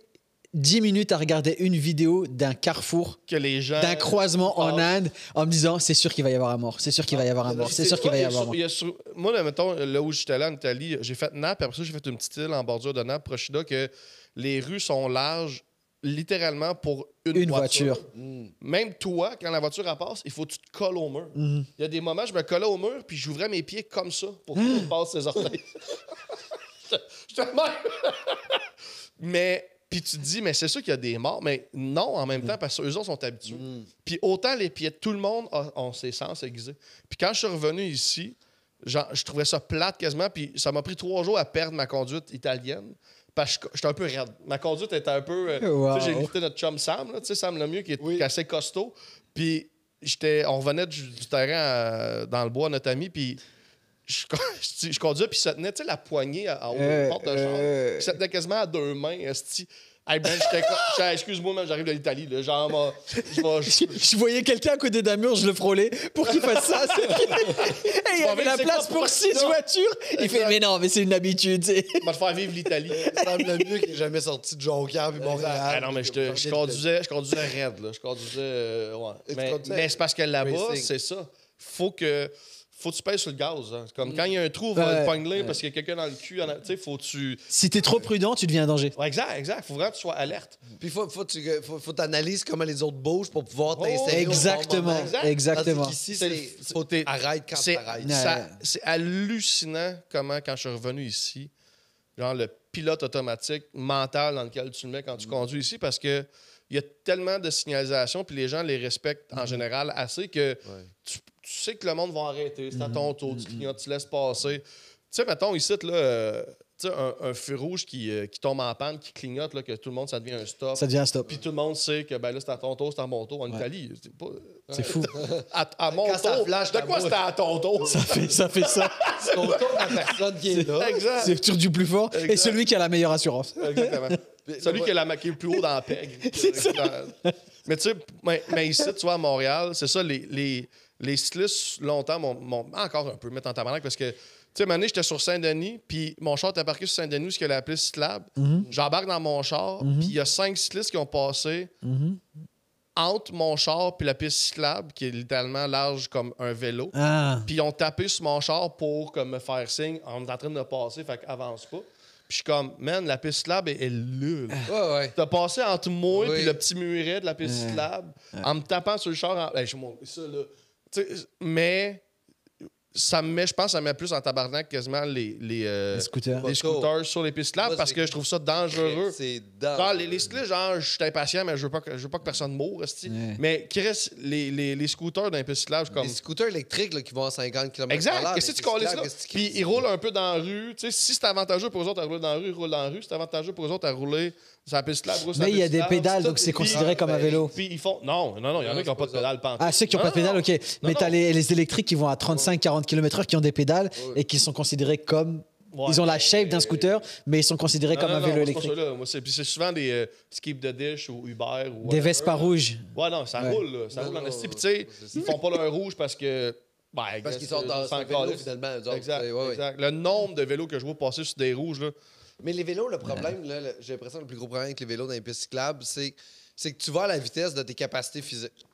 [SPEAKER 3] 10 minutes à regarder une vidéo d'un carrefour,
[SPEAKER 1] Que les gens.
[SPEAKER 3] d'un croisement en
[SPEAKER 1] Ah.
[SPEAKER 3] Inde, en me disant c'est sûr qu'il va y avoir un mort, c'est sûr qu'il va y avoir un mort, c'est sûr qu'il va y avoir un mort.
[SPEAKER 1] Il y a Ah, sur- Moi, là, mettons, là où j'étais allé en Italie, j'ai fait Naples, après ça, j'ai fait une petite île en bordure de Naples, proche là, que les rues sont larges littéralement pour une, Mm.
[SPEAKER 3] Une voiture.
[SPEAKER 2] Hmm.
[SPEAKER 1] Même toi, quand la voiture elle passe, il faut que tu te colles au mur.
[SPEAKER 3] Mhm.
[SPEAKER 1] Il y a des moments, je me collais au mur, puis j'ouvrais mes pieds comme ça pour
[SPEAKER 3] Hein?
[SPEAKER 1] qu'on passe ses orteils. je te Mais, puis tu te dis, mais c'est sûr qu'il y a des morts, mais non en même temps, parce qu'eux autres sont habitués.
[SPEAKER 3] Mm.
[SPEAKER 1] Puis autant les pieds, de tout le monde a- ont ses sens aiguisés. Puis quand je suis revenu ici, genre, je trouvais ça plate quasiment, puis ça m'a pris trois jours à perdre ma conduite italienne. Parce que j'étais un peu raide. Ma conduite était un peu. euh, tu sais,
[SPEAKER 3] Wow.
[SPEAKER 1] J'ai imité notre chum Sam, là, tu sais, Sam Lemieux, qui est
[SPEAKER 2] Oui.
[SPEAKER 1] qui est assez costaud. Puis j'étais, on revenait du, du terrain à- dans le bois, notre ami, puis je, je, je conduisais, puis ça tenait, tu sais, la poignée à, à haut de
[SPEAKER 3] Euh,
[SPEAKER 1] porte de chambre.
[SPEAKER 3] euh.
[SPEAKER 1] Puis Ça tenait quasiment à deux mains, esti. Hey, ben, j'étais co- j'étais- excuse-moi, man, j'arrive de l'Italie, là, genre, moi, je vais- je-
[SPEAKER 3] Je, je voyais quelqu'un à côté d'un mur, je le frôlais pour qu'il fasse ça. c'est- Et il y
[SPEAKER 1] m'en
[SPEAKER 3] avait
[SPEAKER 1] vais,
[SPEAKER 3] la
[SPEAKER 1] c'est
[SPEAKER 3] place
[SPEAKER 1] quoi,
[SPEAKER 3] pour six
[SPEAKER 1] non.
[SPEAKER 3] voitures. Il fait mais non, mais c'est une habitude. c'est-
[SPEAKER 1] je vais te faire vivre l'Italie.
[SPEAKER 2] Sam le mieux qui est jamais sorti de Jonquière puis Montréal.
[SPEAKER 1] Ah non, mais je, te- je conduisais, je conduisais raide, là. Je conduisais. euh, ouais.
[SPEAKER 2] Et tu
[SPEAKER 1] Mais,
[SPEAKER 2] conduisais-
[SPEAKER 1] mais c'est parce que là-bas,
[SPEAKER 2] Racing.
[SPEAKER 1] c'est ça. Faut que. Faut que tu pèses sur le gaz. hein. C'est Comme
[SPEAKER 2] Mm.
[SPEAKER 1] quand il y a un trou, va
[SPEAKER 3] Ouais.
[SPEAKER 1] le pogner parce qu'il y a quelqu'un dans le cul. en a- Tu sais, faut que tu.
[SPEAKER 3] Si t'es trop prudent, tu deviens un danger.
[SPEAKER 1] Ouais, exact, exact. Faut vraiment que tu sois alerte.
[SPEAKER 2] Puis faut, faut, tu, faut, faut t'analyser comment les autres bougent pour pouvoir
[SPEAKER 1] Oh,
[SPEAKER 2] t'insérer. au bon
[SPEAKER 3] Exactement,
[SPEAKER 2] moment.
[SPEAKER 1] exact. Ah,
[SPEAKER 3] exactement.
[SPEAKER 2] Tandis qu'ici,
[SPEAKER 1] C'est le-
[SPEAKER 2] c'est.
[SPEAKER 1] c'est-
[SPEAKER 2] Faut
[SPEAKER 1] t'es-
[SPEAKER 2] Arrête quand
[SPEAKER 1] C'est
[SPEAKER 2] t'arrêtes.
[SPEAKER 1] ça-
[SPEAKER 3] Ouais.
[SPEAKER 1] c'est hallucinant comment, quand je suis revenu ici, genre le pilote automatique mental dans lequel tu le mets quand tu conduis ici, parce que il y a tellement de signalisations, puis les gens les respectent en général assez que tu, tu sais que le monde va arrêter. C'est à ton tour, tu clignotes, tu laisses passer. Tu sais, mettons, ici, là, euh, tu sais, un, un feu rouge qui, euh, qui tombe en panne, qui clignote, là, que tout le monde, ça devient un stop.
[SPEAKER 3] Ça devient un stop.
[SPEAKER 1] Puis tout le monde sait que ben là, c'est à ton tour, c'est à mon tour. En
[SPEAKER 3] Ouais.
[SPEAKER 1] Italie, c'est pas.
[SPEAKER 3] C'est fou.
[SPEAKER 1] À, à mon
[SPEAKER 2] Quand ça
[SPEAKER 1] tour.
[SPEAKER 2] flash,
[SPEAKER 1] de
[SPEAKER 2] t'as
[SPEAKER 1] quoi
[SPEAKER 2] beau-
[SPEAKER 1] c'était à ton tour?
[SPEAKER 3] Ça fait ça. Fait ça.
[SPEAKER 2] C'est ton tour, la personne qui est là.
[SPEAKER 1] Exact.
[SPEAKER 3] C'est le tour du plus fort et
[SPEAKER 1] Exact.
[SPEAKER 3] celui qui a la meilleure assurance.
[SPEAKER 1] Exactement. Celui
[SPEAKER 2] ouais.
[SPEAKER 1] qui, a la, ma- qui est le plus haut dans la peg. Dans- Mais tu sais, mais, mais ici, tu vois, à Montréal, c'est ça, les, les, les stylistes, longtemps, m'ont- m'ont encore un peu mis en tabarnak parce que, tu sais, une année, j'étais sur Saint-Denis, puis mon char était parqué sur Saint-Denis, où ce qu'elle a appelé Cyclable. J'embarque dans mon char, puis il y a cinq stylistes qui ont passé entre mon char puis la piste cyclable, qui est littéralement large comme un vélo.
[SPEAKER 3] Ah.
[SPEAKER 1] Puis ils ont tapé sur mon char pour comme, me faire signe. On est en train de passer, fait qu'avance pas. Puis je suis comme, man, la piste cyclable est, est nulle.
[SPEAKER 2] Ouais, ouais.
[SPEAKER 1] T'as passé entre moi et
[SPEAKER 2] Ah. Oui.
[SPEAKER 1] le petit muret de la piste cyclable en me tapant sur le char. En... Hey, je suis mon- ça, là. Tu sais, mais ça me met, je pense, que ça me met plus en tabarnak quasiment les, les, euh,
[SPEAKER 3] Les scooters.
[SPEAKER 1] les scooters sur les pistes cyclables
[SPEAKER 2] Moi,
[SPEAKER 1] parce
[SPEAKER 2] c'est-
[SPEAKER 1] que je trouve ça dangereux.
[SPEAKER 2] C'est
[SPEAKER 1] Genre,
[SPEAKER 2] dans.
[SPEAKER 1] les, les cyclistes, genre, je suis impatient, mais je veux pas que, je veux pas que personne mourre. esti.
[SPEAKER 3] Ouais.
[SPEAKER 1] Mais Chris, les, les, les scooters d'un piste cyclable, je suis comme.
[SPEAKER 2] Les scooters électriques là, qui vont à 50 km/h.
[SPEAKER 1] Exact. Qu'est-ce que tu colles là? Puis ils roulent un peu dans la rue. Tu sais, si c'est avantageux pour eux autres à rouler dans la rue, ils roulent dans la rue. Si c'est avantageux pour eux autres à rouler sur la piste là,
[SPEAKER 3] Mais il y a des pédales, donc c'est
[SPEAKER 2] Puis-
[SPEAKER 3] considéré comme un vélo.
[SPEAKER 1] Puis ils font. Non, non, non, il y en a qui n'ont pas de pédales pantoute.
[SPEAKER 3] Ah, ceux qui n'ont pas de
[SPEAKER 1] bah, Non,
[SPEAKER 3] pédales,
[SPEAKER 1] non.
[SPEAKER 3] ok. Mais t'as
[SPEAKER 1] non.
[SPEAKER 3] les, les électriques qui vont à 35-40 km/h qui ont des pédales et qui sont considérés comme.
[SPEAKER 1] Ouais.
[SPEAKER 3] Ils ont la shape d'un scooter, mais ils sont considérés
[SPEAKER 1] Non,
[SPEAKER 3] comme
[SPEAKER 1] non,
[SPEAKER 3] un
[SPEAKER 1] non, moi,
[SPEAKER 3] vélo
[SPEAKER 1] c'est pas
[SPEAKER 3] électrique.
[SPEAKER 1] ceux-là. Moi, c'est- Puis c'est souvent des euh, Skip the Dish ou Uber. Ou
[SPEAKER 3] Des Vespa
[SPEAKER 1] rouges.
[SPEAKER 3] rouges.
[SPEAKER 1] Ouais, non, ça
[SPEAKER 3] Ouais.
[SPEAKER 1] roule, là. Ça
[SPEAKER 2] Non,
[SPEAKER 1] roule en
[SPEAKER 2] non,
[SPEAKER 1] esti. Puis
[SPEAKER 2] ouais,
[SPEAKER 1] tu sais,
[SPEAKER 2] c'est ça.
[SPEAKER 1] ils font pas leur rouge parce que. ben, I
[SPEAKER 2] Parce
[SPEAKER 1] guess,
[SPEAKER 2] qu'ils sont
[SPEAKER 1] euh,
[SPEAKER 2] dans-
[SPEAKER 1] ils
[SPEAKER 2] sur le
[SPEAKER 1] encore
[SPEAKER 2] vélo,
[SPEAKER 1] là.
[SPEAKER 2] finalement, eux autres.
[SPEAKER 1] Exact,
[SPEAKER 2] Ouais, ouais.
[SPEAKER 1] exact. Le nombre de vélos que je vois passer sur des rouges, là.
[SPEAKER 2] Mais les vélos, le problème, là, le- j'ai l'impression que le plus gros problème avec les vélos dans les pistes cyclables, c'est c'est que tu vas à la vitesse de tes capacités physiques.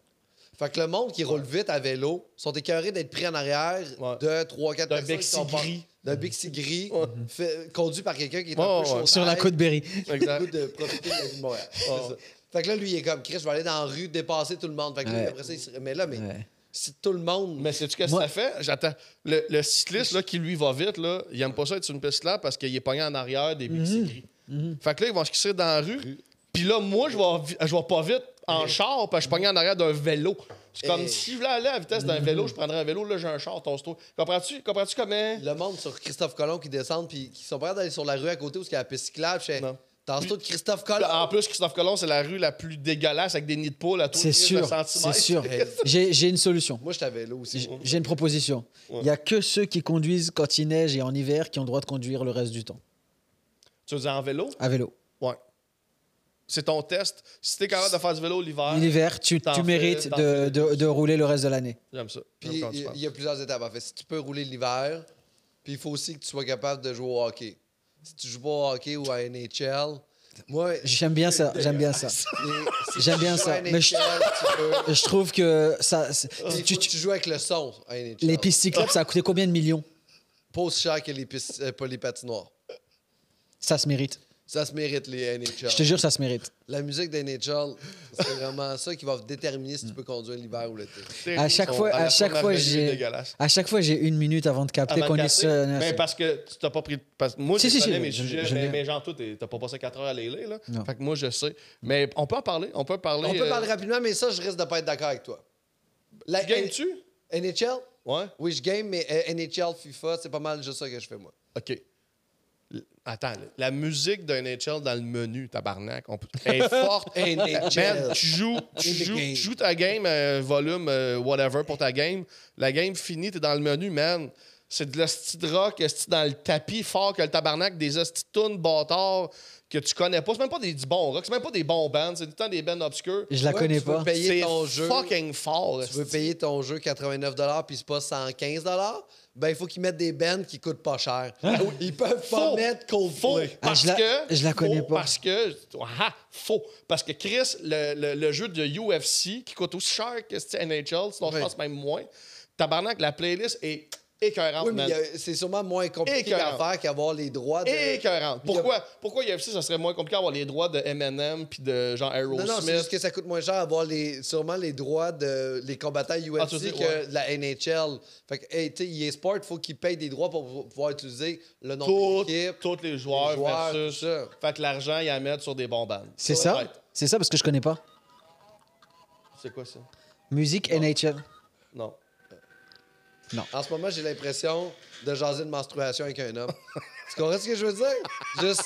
[SPEAKER 2] Fait que le monde qui roule vite à vélo sont écœurés d'être pris en arrière
[SPEAKER 1] Ouais.
[SPEAKER 2] de 3-4
[SPEAKER 1] D'un
[SPEAKER 2] personnes. qui
[SPEAKER 1] Bixi
[SPEAKER 2] sont pas-
[SPEAKER 1] gris.
[SPEAKER 2] D'un Bixi gris, fait- conduit par quelqu'un qui est
[SPEAKER 1] Ouais,
[SPEAKER 2] un
[SPEAKER 1] ouais,
[SPEAKER 2] peu
[SPEAKER 1] ouais.
[SPEAKER 2] chaud
[SPEAKER 3] Sur la
[SPEAKER 2] pareil.
[SPEAKER 3] côte Berry.
[SPEAKER 1] Exact.
[SPEAKER 2] Le goût de profiter de la vie de Montréal.
[SPEAKER 3] Oh.
[SPEAKER 2] C'est
[SPEAKER 1] Ouais.
[SPEAKER 2] ça. Fait que là, lui, il est comme Chris, je vais aller dans la rue, dépasser tout le monde. Fait que lui,
[SPEAKER 3] Ouais.
[SPEAKER 2] après ça, il se remet là, mais
[SPEAKER 3] Ouais.
[SPEAKER 2] si tout le monde.
[SPEAKER 1] Mais sais-tu qu'est-ce que
[SPEAKER 3] Moi-
[SPEAKER 1] ça fait? J'attends. Le, le cycliste là, qui lui va vite, là, il aime pas ça être sur une piste là parce qu'il est pogné en arrière
[SPEAKER 3] Mhm.
[SPEAKER 1] des bixi gris. Fait que là, ils vont se crisser dans la rue. Puis là, moi, je vais, vi- je vais pas vite en char parce que je suis pogné en arrière d'un vélo. C'est comme
[SPEAKER 2] Hey.
[SPEAKER 1] si je voulais aller à la vitesse d'un vélo, je prendrais un vélo, là, j'ai un char, tosse-toi. Comprends-tu? Comprends-tu comment?
[SPEAKER 2] Le monde sur Christophe Colomb qui descendent puis qui sont prêts d'aller sur la rue à côté où il y a la piste cyclable. Je fais,
[SPEAKER 1] Non.
[SPEAKER 2] T'as ce de Christophe Colomb.
[SPEAKER 3] Ah.
[SPEAKER 1] En plus, Christophe Colomb, c'est la rue la plus dégueulasse avec des nids de poule à tous les
[SPEAKER 3] C'est sûr, c'est sûr. J'ai j'ai une solution.
[SPEAKER 2] Moi, j'étais à vélo aussi.
[SPEAKER 3] J- J'ai une proposition. Il
[SPEAKER 1] Ouais.
[SPEAKER 3] n'y a que ceux qui conduisent quand il neige et en hiver qui ont le droit de conduire le reste du temps.
[SPEAKER 1] Tu veux dire en vélo?
[SPEAKER 3] À vélo.
[SPEAKER 1] Ouais. C'est ton test. Si t'es capable de faire du vélo l'hiver,
[SPEAKER 3] L'hiver, tu,
[SPEAKER 1] T'en
[SPEAKER 3] tu
[SPEAKER 1] fais-
[SPEAKER 3] mérites
[SPEAKER 1] t'en
[SPEAKER 3] de,
[SPEAKER 1] fais
[SPEAKER 3] de- de rouler le reste de l'année.
[SPEAKER 1] j'aime ça. J'aime
[SPEAKER 2] Puis
[SPEAKER 1] quand tu
[SPEAKER 2] il
[SPEAKER 1] parles.
[SPEAKER 2] il y a plusieurs étapes. En fait, si tu peux rouler l'hiver, puis il faut aussi que tu sois capable de jouer au hockey. Si tu joues pas au hockey ou à NHL, moi,
[SPEAKER 3] J'aime bien ça, j'aime bien ça.
[SPEAKER 2] les- si
[SPEAKER 3] J'aime
[SPEAKER 2] tu
[SPEAKER 3] bien
[SPEAKER 2] joues
[SPEAKER 3] ça,
[SPEAKER 2] à
[SPEAKER 3] mais je-
[SPEAKER 2] NHL, tu peux-
[SPEAKER 3] Je trouve que ça, c'est-
[SPEAKER 2] Il faut
[SPEAKER 3] tu-
[SPEAKER 2] que
[SPEAKER 3] tu-
[SPEAKER 2] tu joues avec le son à NHL.
[SPEAKER 3] les pistes cyclables, ça a coûté combien de millions
[SPEAKER 2] Pas aussi cher que les pistes, euh, pas les patinoires.
[SPEAKER 3] Ça se mérite.
[SPEAKER 2] Ça se mérite, les NHL.
[SPEAKER 3] Je te jure, ça se mérite.
[SPEAKER 2] La musique des NHL, c'est vraiment ça qui va déterminer si tu peux conduire l'hiver ou l'été.
[SPEAKER 1] Tes
[SPEAKER 3] à
[SPEAKER 1] roues
[SPEAKER 3] chaque
[SPEAKER 1] sont
[SPEAKER 3] fois- à
[SPEAKER 1] la
[SPEAKER 3] chaque
[SPEAKER 1] première
[SPEAKER 3] fois,
[SPEAKER 1] rue
[SPEAKER 3] j'ai-
[SPEAKER 1] dégueulasse.
[SPEAKER 3] À chaque fois, j'ai une minute avant de capter
[SPEAKER 1] Avant
[SPEAKER 3] qu'on
[SPEAKER 1] de
[SPEAKER 3] est
[SPEAKER 1] casser,
[SPEAKER 3] seul.
[SPEAKER 1] ben, parce que tu t'as pas pris. Parce, que moi,
[SPEAKER 3] Si,
[SPEAKER 1] je
[SPEAKER 3] si, si,
[SPEAKER 1] connais
[SPEAKER 3] oui,
[SPEAKER 1] mes
[SPEAKER 3] je-
[SPEAKER 1] sujets,
[SPEAKER 3] je
[SPEAKER 1] mais,
[SPEAKER 3] l'ai.
[SPEAKER 1] mais genre, toi, t'es- t'as pas passé 4 heures à les lire. Là.
[SPEAKER 3] Non.
[SPEAKER 1] Fait que moi, je sais. Mais on peut en parler. On peut parler.
[SPEAKER 2] On peut
[SPEAKER 1] euh,
[SPEAKER 2] parler rapidement, mais ça, je risque de pas être d'accord avec toi. La
[SPEAKER 1] Tu gagnes-tu?
[SPEAKER 2] NHL?
[SPEAKER 1] Ouais.
[SPEAKER 2] Oui, je game, mais euh, NHL, FIFA, c'est pas mal juste ça que je fais, moi.
[SPEAKER 1] OK. L- Attends, là. la musique d'un NHL dans le menu, tabarnak, on peut... elle est forte. Man,
[SPEAKER 2] NHL.
[SPEAKER 1] tu joues, tu
[SPEAKER 2] In the
[SPEAKER 1] joues,
[SPEAKER 2] game.
[SPEAKER 1] tu joues ta game, euh, volume, euh, whatever, pour ta game. La game finie, t'es dans le menu, man. C'est de l'hostie de rock, esti dans le tapis fort que le tabarnak, des hosties de tunes bâtards que tu connais pas. C'est même pas des du bon rock, c'est même pas des bons bands, c'est tout le temps des bands obscurs.
[SPEAKER 3] Je la
[SPEAKER 2] Ouais,
[SPEAKER 3] connais
[SPEAKER 2] tu veux
[SPEAKER 3] pas.
[SPEAKER 2] payer
[SPEAKER 1] C'est
[SPEAKER 2] ton jeu.
[SPEAKER 1] fucking fort.
[SPEAKER 2] Tu veux
[SPEAKER 1] esti.
[SPEAKER 2] payer ton jeu 89 puis c'est pas 115 ben il faut qu'ils mettent des bands qui coûtent pas cher. Ils peuvent pas
[SPEAKER 1] Faux.
[SPEAKER 2] mettre
[SPEAKER 1] Faux.
[SPEAKER 2] Coldplay.
[SPEAKER 1] Parce
[SPEAKER 3] je la-
[SPEAKER 1] que.
[SPEAKER 3] je la connais
[SPEAKER 1] faux,
[SPEAKER 3] pas.
[SPEAKER 1] Parce que. Ah, faux. Parce que Chris, le, le- le jeu de UFC qui coûte aussi cher que c'est NHL, sinon je
[SPEAKER 2] Oui.
[SPEAKER 1] pense même moins. Tabarnak, la playlist est écœurante,
[SPEAKER 2] Oui, mais
[SPEAKER 1] man.
[SPEAKER 2] il y a- c'est sûrement moins compliqué à
[SPEAKER 1] Écœurant.
[SPEAKER 2] faire qu'avoir les droits de.
[SPEAKER 1] Écœurante.
[SPEAKER 2] Il y a-
[SPEAKER 1] Pourquoi, pourquoi UFC, ça serait moins compliqué d'avoir les droits de Eminem puis de genre
[SPEAKER 2] Non, non, c'est juste
[SPEAKER 1] Aerosmith?
[SPEAKER 2] que ça coûte moins cher avoir les, sûrement les droits de les combattants UFC
[SPEAKER 1] Ah, tu veux dire,
[SPEAKER 2] que
[SPEAKER 1] ouais.
[SPEAKER 2] de la NHL. Fait que, hey, tu sais, EA Sport, il faut qu'ils payent des droits pour pouvoir utiliser le nom
[SPEAKER 1] Tout-
[SPEAKER 2] de l'équipe.
[SPEAKER 1] Tous les joueurs,
[SPEAKER 2] les joueurs,
[SPEAKER 1] versus.
[SPEAKER 2] tout ça.
[SPEAKER 1] Fait que l'argent, ils la mettent sur des bons bandes.
[SPEAKER 3] C'est
[SPEAKER 1] Ouais.
[SPEAKER 3] ça C'est ça parce que je connais pas.
[SPEAKER 1] C'est quoi ça?
[SPEAKER 3] Musique NHL.
[SPEAKER 1] Non.
[SPEAKER 2] En ce moment, j'ai l'impression de jaser de menstruation avec un homme. tu comprends ce que je veux dire? Juste,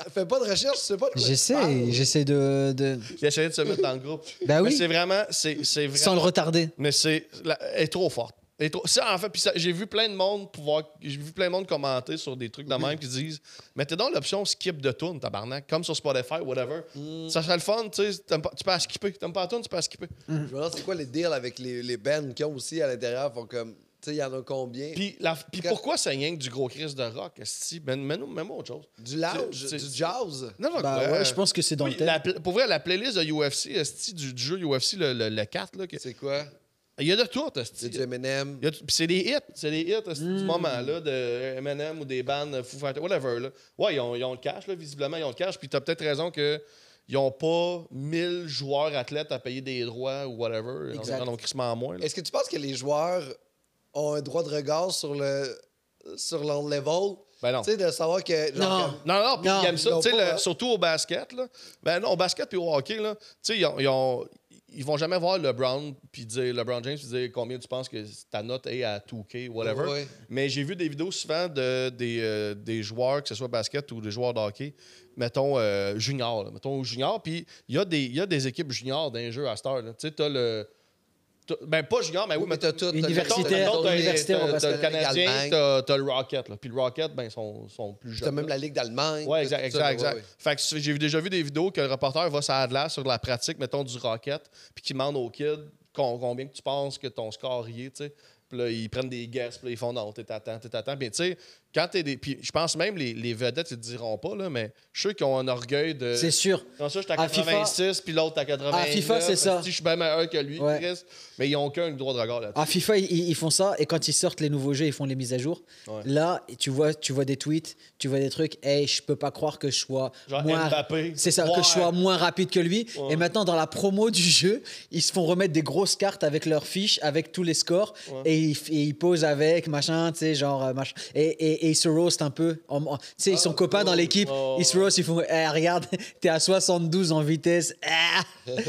[SPEAKER 2] euh, fais pas de recherche, tu sais pas de quoi tu
[SPEAKER 3] J'essaie,
[SPEAKER 2] parles.
[SPEAKER 3] j'essaie de, de-
[SPEAKER 1] J'ai essayé de se mettre dans le groupe.
[SPEAKER 3] Ben
[SPEAKER 1] Mais
[SPEAKER 3] oui.
[SPEAKER 1] c'est vraiment. C'est c'est vraiment...
[SPEAKER 3] sans le retarder.
[SPEAKER 1] Mais c'est. la- Elle est trop forte. Elle est trop- ça, en fait, puis ça- j'ai vu plein de monde pouvoir. J'ai vu plein de monde commenter sur des trucs de même qui disent Mettez donc l'option skip de tune, tabarnak, comme sur Spotify, whatever.
[SPEAKER 3] Mm.
[SPEAKER 1] Ça serait le fun, tu sais. t'aimes pas- Tu peux la skipper. T'aimes pas la tune, tu peux la skipper.
[SPEAKER 2] Je me demande c'est quoi les deals avec les, les bands qui ont aussi à l'intérieur. Font comme, tu sais, il y en a combien?
[SPEAKER 1] Puis, la- puis
[SPEAKER 2] Quand-
[SPEAKER 1] pourquoi c'est rien que du gros Chris de rock Si, ben, mets-nous mets-moi autre chose.
[SPEAKER 2] du lounge,
[SPEAKER 1] C'est-
[SPEAKER 2] du jazz.
[SPEAKER 1] N'importe
[SPEAKER 3] Bah
[SPEAKER 1] quoi.
[SPEAKER 3] ouais, je pense que c'est dans
[SPEAKER 1] Oui,
[SPEAKER 3] le thème.
[SPEAKER 1] la pla- pour vrai, la playlist de UFC, esti, du, du jeu UFC, le, le- le 4, là, que-
[SPEAKER 2] C'est quoi?
[SPEAKER 1] il y a de tout, esti.
[SPEAKER 2] C'est du M&M.
[SPEAKER 1] Il y a- Puis c'est des hits, c'est des hits à ce moment là de M&M ou des bandes Foo Fighters, whatever. Là. Ouais, ils ont, ils ont le cash, là, visiblement, ils ont le cash. Puis t'as peut-être raison que ils n'ont pas 1000 joueurs athlètes à payer des droits ou whatever. Ils en-
[SPEAKER 3] Exact.
[SPEAKER 1] Ils en ont crissement moins. là.
[SPEAKER 2] Est-ce que tu penses que les joueurs ont un droit de regard sur le sur leur level?
[SPEAKER 1] Ben non.
[SPEAKER 2] Tu sais, de savoir que.
[SPEAKER 3] Non.
[SPEAKER 2] comme-
[SPEAKER 1] Non, non, puis
[SPEAKER 3] Non,
[SPEAKER 1] ils aiment ça.
[SPEAKER 2] ils l'ont
[SPEAKER 1] tu sais,
[SPEAKER 2] pas,
[SPEAKER 1] le-
[SPEAKER 2] hein.
[SPEAKER 1] Surtout au basket. Là. Ben non, au basket puis au hockey, là, tu sais, ils, ont- ils ont- ils vont jamais voir LeBron, puis dire, LeBron James puis dire combien tu penses que ta note est à 2K, whatever.
[SPEAKER 2] Ouais.
[SPEAKER 1] Mais j'ai vu des vidéos souvent de, des, euh, des joueurs, que ce soit basket ou des joueurs de hockey, mettons euh, junior. là, mettons junior, puis il y, a des- il y a des équipes juniors dans les jeux à cette heure. là. Tu sais, t'as le. t'as- Ben, pas junior, mais oui, mais
[SPEAKER 2] t'as tout. t'as-
[SPEAKER 3] Universitaire,
[SPEAKER 2] mettons, t'as-
[SPEAKER 3] universitaire,
[SPEAKER 2] t'as-
[SPEAKER 1] T'as
[SPEAKER 3] parce
[SPEAKER 2] t'as
[SPEAKER 1] t'as le Canadien,
[SPEAKER 2] l'Allemagne,
[SPEAKER 1] t'as t'as le Rocket. là. Puis le Rocket, ben, ils sont, sont plus jeunes.
[SPEAKER 2] T'as même
[SPEAKER 1] là.
[SPEAKER 2] la Ligue d'Allemagne.
[SPEAKER 1] Ouais,
[SPEAKER 2] tout
[SPEAKER 1] exact,
[SPEAKER 2] ça,
[SPEAKER 1] exact,
[SPEAKER 2] ouais,
[SPEAKER 1] exact.
[SPEAKER 2] ouais.
[SPEAKER 1] Fait que j'ai déjà vu des vidéos que le reporter va sur Adler sur la pratique, mettons, du rocket, puis qu'il demande aux kids con- combien que tu penses que ton score y est, tu sais. Puis là, ils prennent des guesses, puis là, ils font non, t'es t'attends, t'es t'attends. Puis tu sais, quand t'es des. Puis je pense même les, les vedettes, ils te diront pas, là, mais je suis qui ont un orgueil de.
[SPEAKER 3] C'est sûr.
[SPEAKER 1] Comme ça, j'étais à
[SPEAKER 3] À FIFA-
[SPEAKER 1] 86, puis l'autre à 89.
[SPEAKER 3] À FIFA, c'est ça.
[SPEAKER 1] Si je suis bien meilleur que lui,
[SPEAKER 3] Ouais.
[SPEAKER 1] Chris, mais ils ont qu'un droit de regard là-dessus.
[SPEAKER 3] À Ah, FIFA, ils, ils font ça et quand ils sortent les nouveaux jeux, ils font les mises à jour.
[SPEAKER 1] Ouais.
[SPEAKER 3] Là, tu vois, tu vois des tweets, tu vois des trucs. Hey, je peux pas croire que je sois
[SPEAKER 1] Genre
[SPEAKER 3] moins,
[SPEAKER 1] Mbappé.
[SPEAKER 3] c'est ça, que
[SPEAKER 1] Ouais.
[SPEAKER 3] je sois moins rapide que lui. Et maintenant, dans la promo du jeu, ils se font remettre des grosses cartes avec leurs fiches, avec tous les scores, et et il, f- et il pose avec, machin, tu sais, genre, euh, machin. Et, et, et ils se roast un peu. En- en- Tu sais, ils sont copains dans l'équipe, ils se roast, ils font, Eh, regarde, t'es à 72 en vitesse. Ah!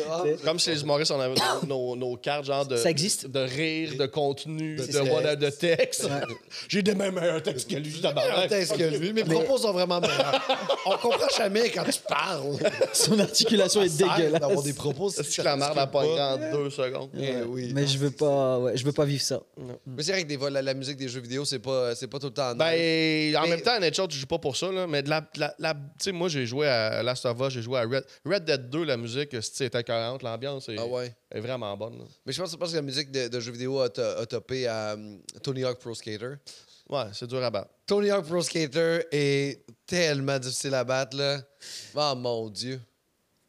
[SPEAKER 2] Ah,
[SPEAKER 1] Comme si les humoristes, on avait nos, nos- nos cartes, genre de.
[SPEAKER 3] Ça existe?
[SPEAKER 1] De rire, de contenu, de,
[SPEAKER 2] De
[SPEAKER 1] de, voilà, de texte.
[SPEAKER 3] Ouais.
[SPEAKER 1] J'ai des mêmes meilleurs textes que lui,
[SPEAKER 2] un
[SPEAKER 1] tabarnak.
[SPEAKER 2] texte que lui. Mes propos sont vraiment meilleurs. On comprend jamais quand tu parles.
[SPEAKER 3] Son articulation est
[SPEAKER 2] Ça sert
[SPEAKER 3] dégueulasse.
[SPEAKER 2] D'avoir des propos, si
[SPEAKER 1] Est-ce que
[SPEAKER 2] ça
[SPEAKER 1] la merde
[SPEAKER 2] discute
[SPEAKER 1] a
[SPEAKER 2] pas.
[SPEAKER 1] pogné en deux secondes?
[SPEAKER 2] Eh oui.
[SPEAKER 3] Mais je veux pas, ouais, je veux pas vivre ça.
[SPEAKER 2] Mais c'est vrai que des fois, la, la musique des jeux vidéo, c'est pas, c'est pas tout le temps.
[SPEAKER 1] Ben, en
[SPEAKER 2] Mais-
[SPEAKER 1] même temps, NHL, tu joues pas pour ça, là, mais de la, de la, de la- tu sais, moi, j'ai joué à Last of Us, j'ai joué à Red, Red Dead 2, la musique, c'était écœurante, l'ambiance est,
[SPEAKER 2] ah ouais.
[SPEAKER 1] est vraiment bonne. là.
[SPEAKER 2] Mais je pense, je pense que la musique de, de jeux vidéo a, to- a topé à hum, Tony Hawk Pro Skater.
[SPEAKER 1] Ouais, c'est dur à battre.
[SPEAKER 2] Tony Hawk Pro Skater est tellement difficile à battre, là. Oh mon Dieu.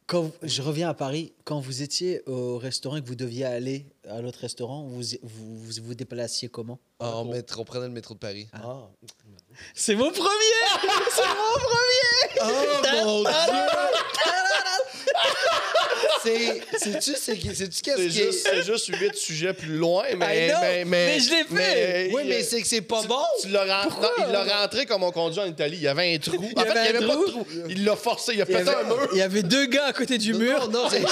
[SPEAKER 3] Quand vous- je reviens à Paris, quand vous étiez au restaurant et que vous deviez aller à l'autre restaurant, vous vous, vous, vous déplaciez comment hein?
[SPEAKER 2] Ah, on, met- on prenait le métro de Paris.
[SPEAKER 3] C'est mon premier C'est mon premier Ah,
[SPEAKER 2] Oh mon Dieu! C'est- C'est-tu c'est qui- c'est-tu qu'est-ce
[SPEAKER 1] C'est
[SPEAKER 2] qui est-
[SPEAKER 1] juste, c'est juste huit sujets plus loin, mais.
[SPEAKER 3] I know,
[SPEAKER 1] mais,
[SPEAKER 3] mais je l'ai fait.
[SPEAKER 1] mais-
[SPEAKER 2] Oui, mais c'est que c'est pas bon!
[SPEAKER 1] Tu l'as rentré, il l'a rentré comme on conduit en Italie. Il y avait un trou. En fait, Il
[SPEAKER 3] avait un
[SPEAKER 1] n'y avait pas de
[SPEAKER 3] trou.
[SPEAKER 1] trou. Il l'a forcé. Il a
[SPEAKER 3] il y,
[SPEAKER 1] pété un
[SPEAKER 3] avait,
[SPEAKER 1] mur.
[SPEAKER 3] il y avait deux gars à côté du
[SPEAKER 2] Non,
[SPEAKER 3] mur
[SPEAKER 2] non, c'est-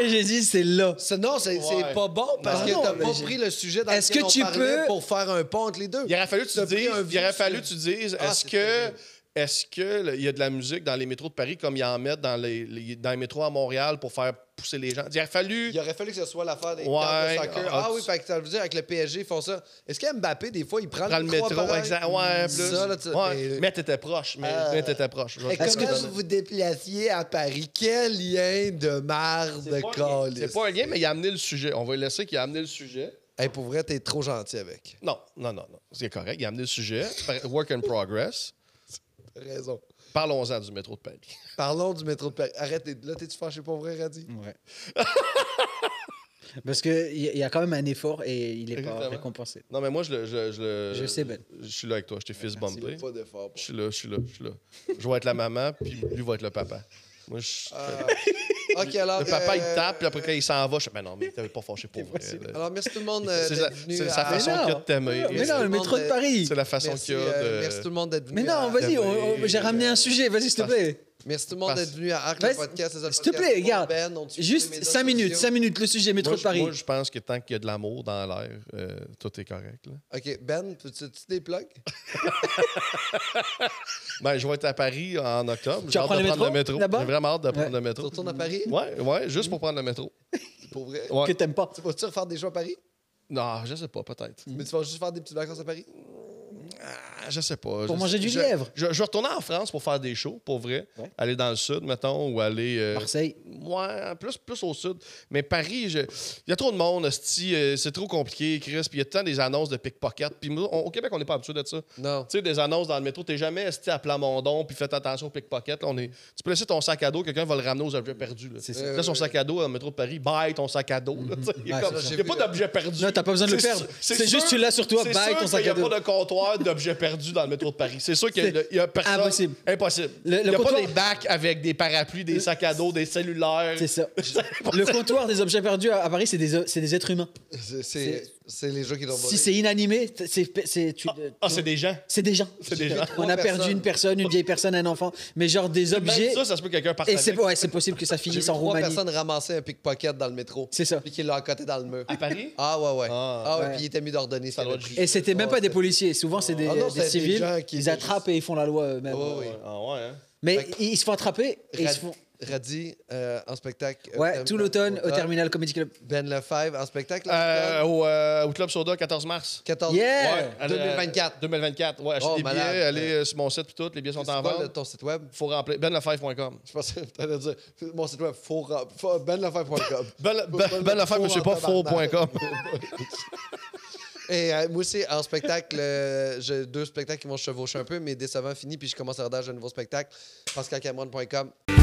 [SPEAKER 3] et j'ai dit c'est là.
[SPEAKER 2] c'est- non, c'est c'est
[SPEAKER 1] Ouais.
[SPEAKER 2] pas bon parce
[SPEAKER 3] Non,
[SPEAKER 2] que
[SPEAKER 3] non,
[SPEAKER 2] t'as
[SPEAKER 3] mais
[SPEAKER 2] pas
[SPEAKER 3] j'ai-
[SPEAKER 2] pris le sujet dans
[SPEAKER 3] Est-ce
[SPEAKER 2] lequel
[SPEAKER 3] que
[SPEAKER 2] on
[SPEAKER 3] tu
[SPEAKER 2] parlait
[SPEAKER 3] peux-
[SPEAKER 2] pour faire un pont entre les deux.
[SPEAKER 1] Il aurait fallu que tu
[SPEAKER 2] T'as pris
[SPEAKER 1] dises,
[SPEAKER 2] un
[SPEAKER 1] il aurait
[SPEAKER 2] vieux
[SPEAKER 1] fallu que
[SPEAKER 2] sujet.
[SPEAKER 1] tu dises,
[SPEAKER 2] Ah,
[SPEAKER 1] est-ce
[SPEAKER 2] c'est
[SPEAKER 1] que
[SPEAKER 2] terrible.
[SPEAKER 1] est-ce que le- il y a de la musique dans les métros de Paris comme ils en mettent dans les, les- dans les métros à Montréal pour faire pousser les gens Il aurait fallu
[SPEAKER 2] Il aurait fallu que ce soit l'affaire des
[SPEAKER 1] Ouais.
[SPEAKER 2] cartes de soccer.
[SPEAKER 1] Ah,
[SPEAKER 2] Ah, oui,
[SPEAKER 1] tu-
[SPEAKER 2] fait que ça veut dire avec le PSG, ils font ça. Est-ce que Mbappé, des fois, il prend,
[SPEAKER 1] prendre le
[SPEAKER 2] trois
[SPEAKER 1] métro
[SPEAKER 2] pareils?
[SPEAKER 1] exact ouais plus.
[SPEAKER 2] Ça, là, tu-
[SPEAKER 1] Ouais.
[SPEAKER 2] mais-
[SPEAKER 1] mais t'étais proche mais,
[SPEAKER 2] Euh,
[SPEAKER 1] mais t'étais proche Je vais
[SPEAKER 2] Et
[SPEAKER 1] te
[SPEAKER 2] comment
[SPEAKER 1] le donner.
[SPEAKER 2] vous vous déplaciez à Paris? Quel lien de marde
[SPEAKER 1] C'est pas un lien-
[SPEAKER 2] calice.
[SPEAKER 1] c'est pas un lien mais il a amené le sujet on va le laisser qu'il a amené le sujet
[SPEAKER 2] Hey, pour vrai, t'es trop gentil avec.
[SPEAKER 1] non non non non c'est correct il a amené le sujet work in progress
[SPEAKER 2] T'as raison.
[SPEAKER 1] parlons-en du métro de Paris
[SPEAKER 2] Parlons du métro de Paris. Arrête, t'es- là, t'es-tu fâché pour vrai, Radhi?
[SPEAKER 3] Ouais. Parce qu'il y, y a quand même un effort et il est pas
[SPEAKER 1] Exactement.
[SPEAKER 3] récompensé.
[SPEAKER 1] non mais moi je le je, je le
[SPEAKER 3] Je sais, Ben.
[SPEAKER 1] je suis là avec toi je t'ai fist
[SPEAKER 2] Il
[SPEAKER 1] bumpé
[SPEAKER 2] y a Pas d'effort.
[SPEAKER 1] Je suis là, je suis là, je suis là. Je vais être la maman, puis lui va être le papa. Moi, je...
[SPEAKER 2] Ah. OK, alors...
[SPEAKER 1] le papa,
[SPEAKER 2] euh,
[SPEAKER 1] il tape, puis après, quand il s'en va, je fais, mais non, mais t'avais pas fâché pour vrai. là.
[SPEAKER 2] Alors, merci tout le monde euh,
[SPEAKER 1] C'est sa,
[SPEAKER 2] d'être venu.
[SPEAKER 1] c'est sa
[SPEAKER 2] à-
[SPEAKER 1] façon
[SPEAKER 3] Mais non.
[SPEAKER 1] qu'il a de t'aimer.
[SPEAKER 3] Mais
[SPEAKER 1] C'est-
[SPEAKER 3] non, le
[SPEAKER 2] demande
[SPEAKER 3] métro de
[SPEAKER 2] de-
[SPEAKER 3] Paris
[SPEAKER 1] C'est la façon
[SPEAKER 2] Merci,
[SPEAKER 1] qu'il a de.
[SPEAKER 2] euh, merci tout le monde d'être venu.
[SPEAKER 3] Mais
[SPEAKER 2] à-
[SPEAKER 3] non, vas-y, on- on- j'ai ramené un sujet, vas-y, s'il te plaît.
[SPEAKER 2] Merci tout le monde
[SPEAKER 1] Parce-
[SPEAKER 2] d'être venu à Arc, le
[SPEAKER 3] Vas-y,
[SPEAKER 2] podcast.
[SPEAKER 3] s'il te plaît, regarde.
[SPEAKER 2] Ben,
[SPEAKER 3] Juste 5 minutes, 5 minutes, le sujet, métro
[SPEAKER 1] moi,
[SPEAKER 3] de
[SPEAKER 1] je,
[SPEAKER 3] Paris.
[SPEAKER 1] moi, je pense que tant qu'il y a de l'amour dans l'air, euh, tout est correct. Là.
[SPEAKER 2] OK, Ben, peux-tu tu déplugues?
[SPEAKER 1] Ben, je vais être à Paris en octobre.
[SPEAKER 3] Tu
[SPEAKER 1] J'ai
[SPEAKER 3] vas
[SPEAKER 1] hâte
[SPEAKER 3] prendre
[SPEAKER 1] de
[SPEAKER 3] le
[SPEAKER 1] prendre le
[SPEAKER 3] métro,
[SPEAKER 1] métro.
[SPEAKER 3] là-bas?
[SPEAKER 1] J'ai vraiment hâte de prendre le
[SPEAKER 2] Tu
[SPEAKER 1] métro.
[SPEAKER 2] retournes à Paris?
[SPEAKER 1] Ouais, ouais, juste pour prendre le métro.
[SPEAKER 2] Pour vrai?
[SPEAKER 1] Ouais.
[SPEAKER 3] Hmm. Que t'aimes pas.
[SPEAKER 2] Tu vas-tu refaire des shows à Paris?
[SPEAKER 1] Non, je sais pas, peut-être.
[SPEAKER 2] Mais tu vas juste faire des petites vacances à Paris?
[SPEAKER 1] Ah, je sais pas.
[SPEAKER 3] Pour
[SPEAKER 1] Je-
[SPEAKER 3] manger du
[SPEAKER 1] je-
[SPEAKER 3] lièvre.
[SPEAKER 1] Je, je vais retourner en France pour faire des shows, pour vrai.
[SPEAKER 3] Ouais.
[SPEAKER 1] Aller dans le sud, mettons, ou aller. euh,
[SPEAKER 3] Marseille.
[SPEAKER 1] Ouais, plus, plus au sud. Mais Paris, je- il y a trop de monde, hostie, euh, c'est trop compliqué, Chris. Puis il y a tant des annonces de pickpocket. Puis nous, on- au Québec, on n'est pas habitué de ça.
[SPEAKER 2] Non.
[SPEAKER 1] Tu sais, des annonces dans le métro, t'es jamais hostie, à Plamondon, puis faites attention au pickpocket. là, on est... Tu peux laisser ton sac à dos, quelqu'un va le ramener aux objets perdus. Là.
[SPEAKER 3] C'est Mm-hmm.
[SPEAKER 2] ça.
[SPEAKER 1] Laisse son sac à dos dans le métro de Paris, bye ton sac à dos. là, tu sais, Il n'y a,
[SPEAKER 3] Ouais,
[SPEAKER 1] comme-
[SPEAKER 3] c'est
[SPEAKER 1] il y
[SPEAKER 2] ça.
[SPEAKER 1] a pas d'objet perdu.
[SPEAKER 3] Non, t'as pas besoin de le
[SPEAKER 1] C'est
[SPEAKER 3] perdre.
[SPEAKER 1] sûr-
[SPEAKER 3] C'est juste,
[SPEAKER 1] sûr-
[SPEAKER 3] tu l'as sur toi,
[SPEAKER 1] c'est
[SPEAKER 3] bye
[SPEAKER 1] sûr
[SPEAKER 3] ton sac
[SPEAKER 1] qu'il y
[SPEAKER 3] à dos.
[SPEAKER 1] a pas de comptoir d'objets perdus dans le métro de Paris. C'est sûr qu'il
[SPEAKER 3] C'est
[SPEAKER 1] n'y a, personne.
[SPEAKER 3] impossible.
[SPEAKER 1] Impossible.
[SPEAKER 3] Le- le
[SPEAKER 1] il n'y a
[SPEAKER 3] comptoir-
[SPEAKER 1] pas des bacs avec des parapluies, des sacs à dos, des cellulaires.
[SPEAKER 3] C'est ça. Le comptoir des objets perdus à à Paris, c'est des, c'est des êtres humains.
[SPEAKER 2] C'est- C'est c'est les gens qui l'ont volé.
[SPEAKER 3] Si c'est inanimé, t- c'est c'est- tu- euh,
[SPEAKER 1] Ah, c'est des gens.
[SPEAKER 3] c'est des gens.
[SPEAKER 1] C'est des gens.
[SPEAKER 3] On a
[SPEAKER 2] Trois
[SPEAKER 3] perdu une personne, une vieille personne, un enfant, mais genre des objets.
[SPEAKER 1] Même Ben, ça, ça se peut que quelqu'un parte
[SPEAKER 3] Et
[SPEAKER 1] avec.
[SPEAKER 3] c'est ouais, c'est possible que ça
[SPEAKER 2] J'ai vu
[SPEAKER 3] finisse en
[SPEAKER 2] trois
[SPEAKER 3] Roumanie.
[SPEAKER 2] personnes ramasser un pickpocket dans le métro.
[SPEAKER 3] C'est ça.
[SPEAKER 2] Puis qu'il l'a accoté dans le mur.
[SPEAKER 1] À Paris?
[SPEAKER 2] Ah ouais, ouais.
[SPEAKER 1] Ah.
[SPEAKER 2] Ah, ouais,
[SPEAKER 3] Ouais.
[SPEAKER 2] puis il était mieux d'ordonner.
[SPEAKER 1] Ça
[SPEAKER 2] c'est
[SPEAKER 1] doit
[SPEAKER 2] vrai.
[SPEAKER 1] être juste.
[SPEAKER 3] Et c'était même
[SPEAKER 2] Oh,
[SPEAKER 3] pas des
[SPEAKER 2] c'est-
[SPEAKER 3] policiers, souvent c'est des,
[SPEAKER 2] Ah non,
[SPEAKER 3] des
[SPEAKER 2] c'est des
[SPEAKER 3] civils.
[SPEAKER 2] gens qui
[SPEAKER 3] ils
[SPEAKER 2] étaient
[SPEAKER 3] attrapent et ils font la loi eux-mêmes.
[SPEAKER 2] Oh, oui.
[SPEAKER 1] Ah ouais, hein?
[SPEAKER 3] Mais
[SPEAKER 2] Fait que-
[SPEAKER 3] ils ils se font attraper et ils se font.
[SPEAKER 2] Radhi, euh, en spectacle. au
[SPEAKER 3] Ouais,
[SPEAKER 2] terme-
[SPEAKER 3] tout l'automne au Terminal Comedy Club.
[SPEAKER 2] Ben Lefebvre, en spectacle.
[SPEAKER 1] Euh,
[SPEAKER 2] l'automne,
[SPEAKER 1] au, euh, au Club Soda, 14 mars.
[SPEAKER 2] 14
[SPEAKER 3] Yeah!
[SPEAKER 1] Ouais, allez, euh,
[SPEAKER 2] 2024.
[SPEAKER 1] 2024. Ouais, achetez
[SPEAKER 2] Oh,
[SPEAKER 1] des billets,
[SPEAKER 2] malade.
[SPEAKER 1] allez euh, sur mon site puis tout, les billets sont
[SPEAKER 2] C'est
[SPEAKER 1] en
[SPEAKER 2] quoi le-
[SPEAKER 1] vente.
[SPEAKER 2] ton site web?
[SPEAKER 1] Faut remplir benlefebvre.com.
[SPEAKER 2] Je pensais que t'allais dire mon site web, faut ra- faut- benlefebvre.com.
[SPEAKER 1] Ben,
[SPEAKER 2] Faut
[SPEAKER 1] ben,
[SPEAKER 2] le
[SPEAKER 1] ben
[SPEAKER 2] mettre
[SPEAKER 1] Lefebvre,
[SPEAKER 2] faux
[SPEAKER 1] monsieur
[SPEAKER 2] en
[SPEAKER 1] pas
[SPEAKER 2] tabarnak.
[SPEAKER 1] faux.com.
[SPEAKER 2] Et euh, moi aussi, en spectacle, euh, j'ai deux spectacles qui vont se chevaucher un peu, mais décevant fini, puis je commence à redage un nouveau spectacle. Pascalcameron.com.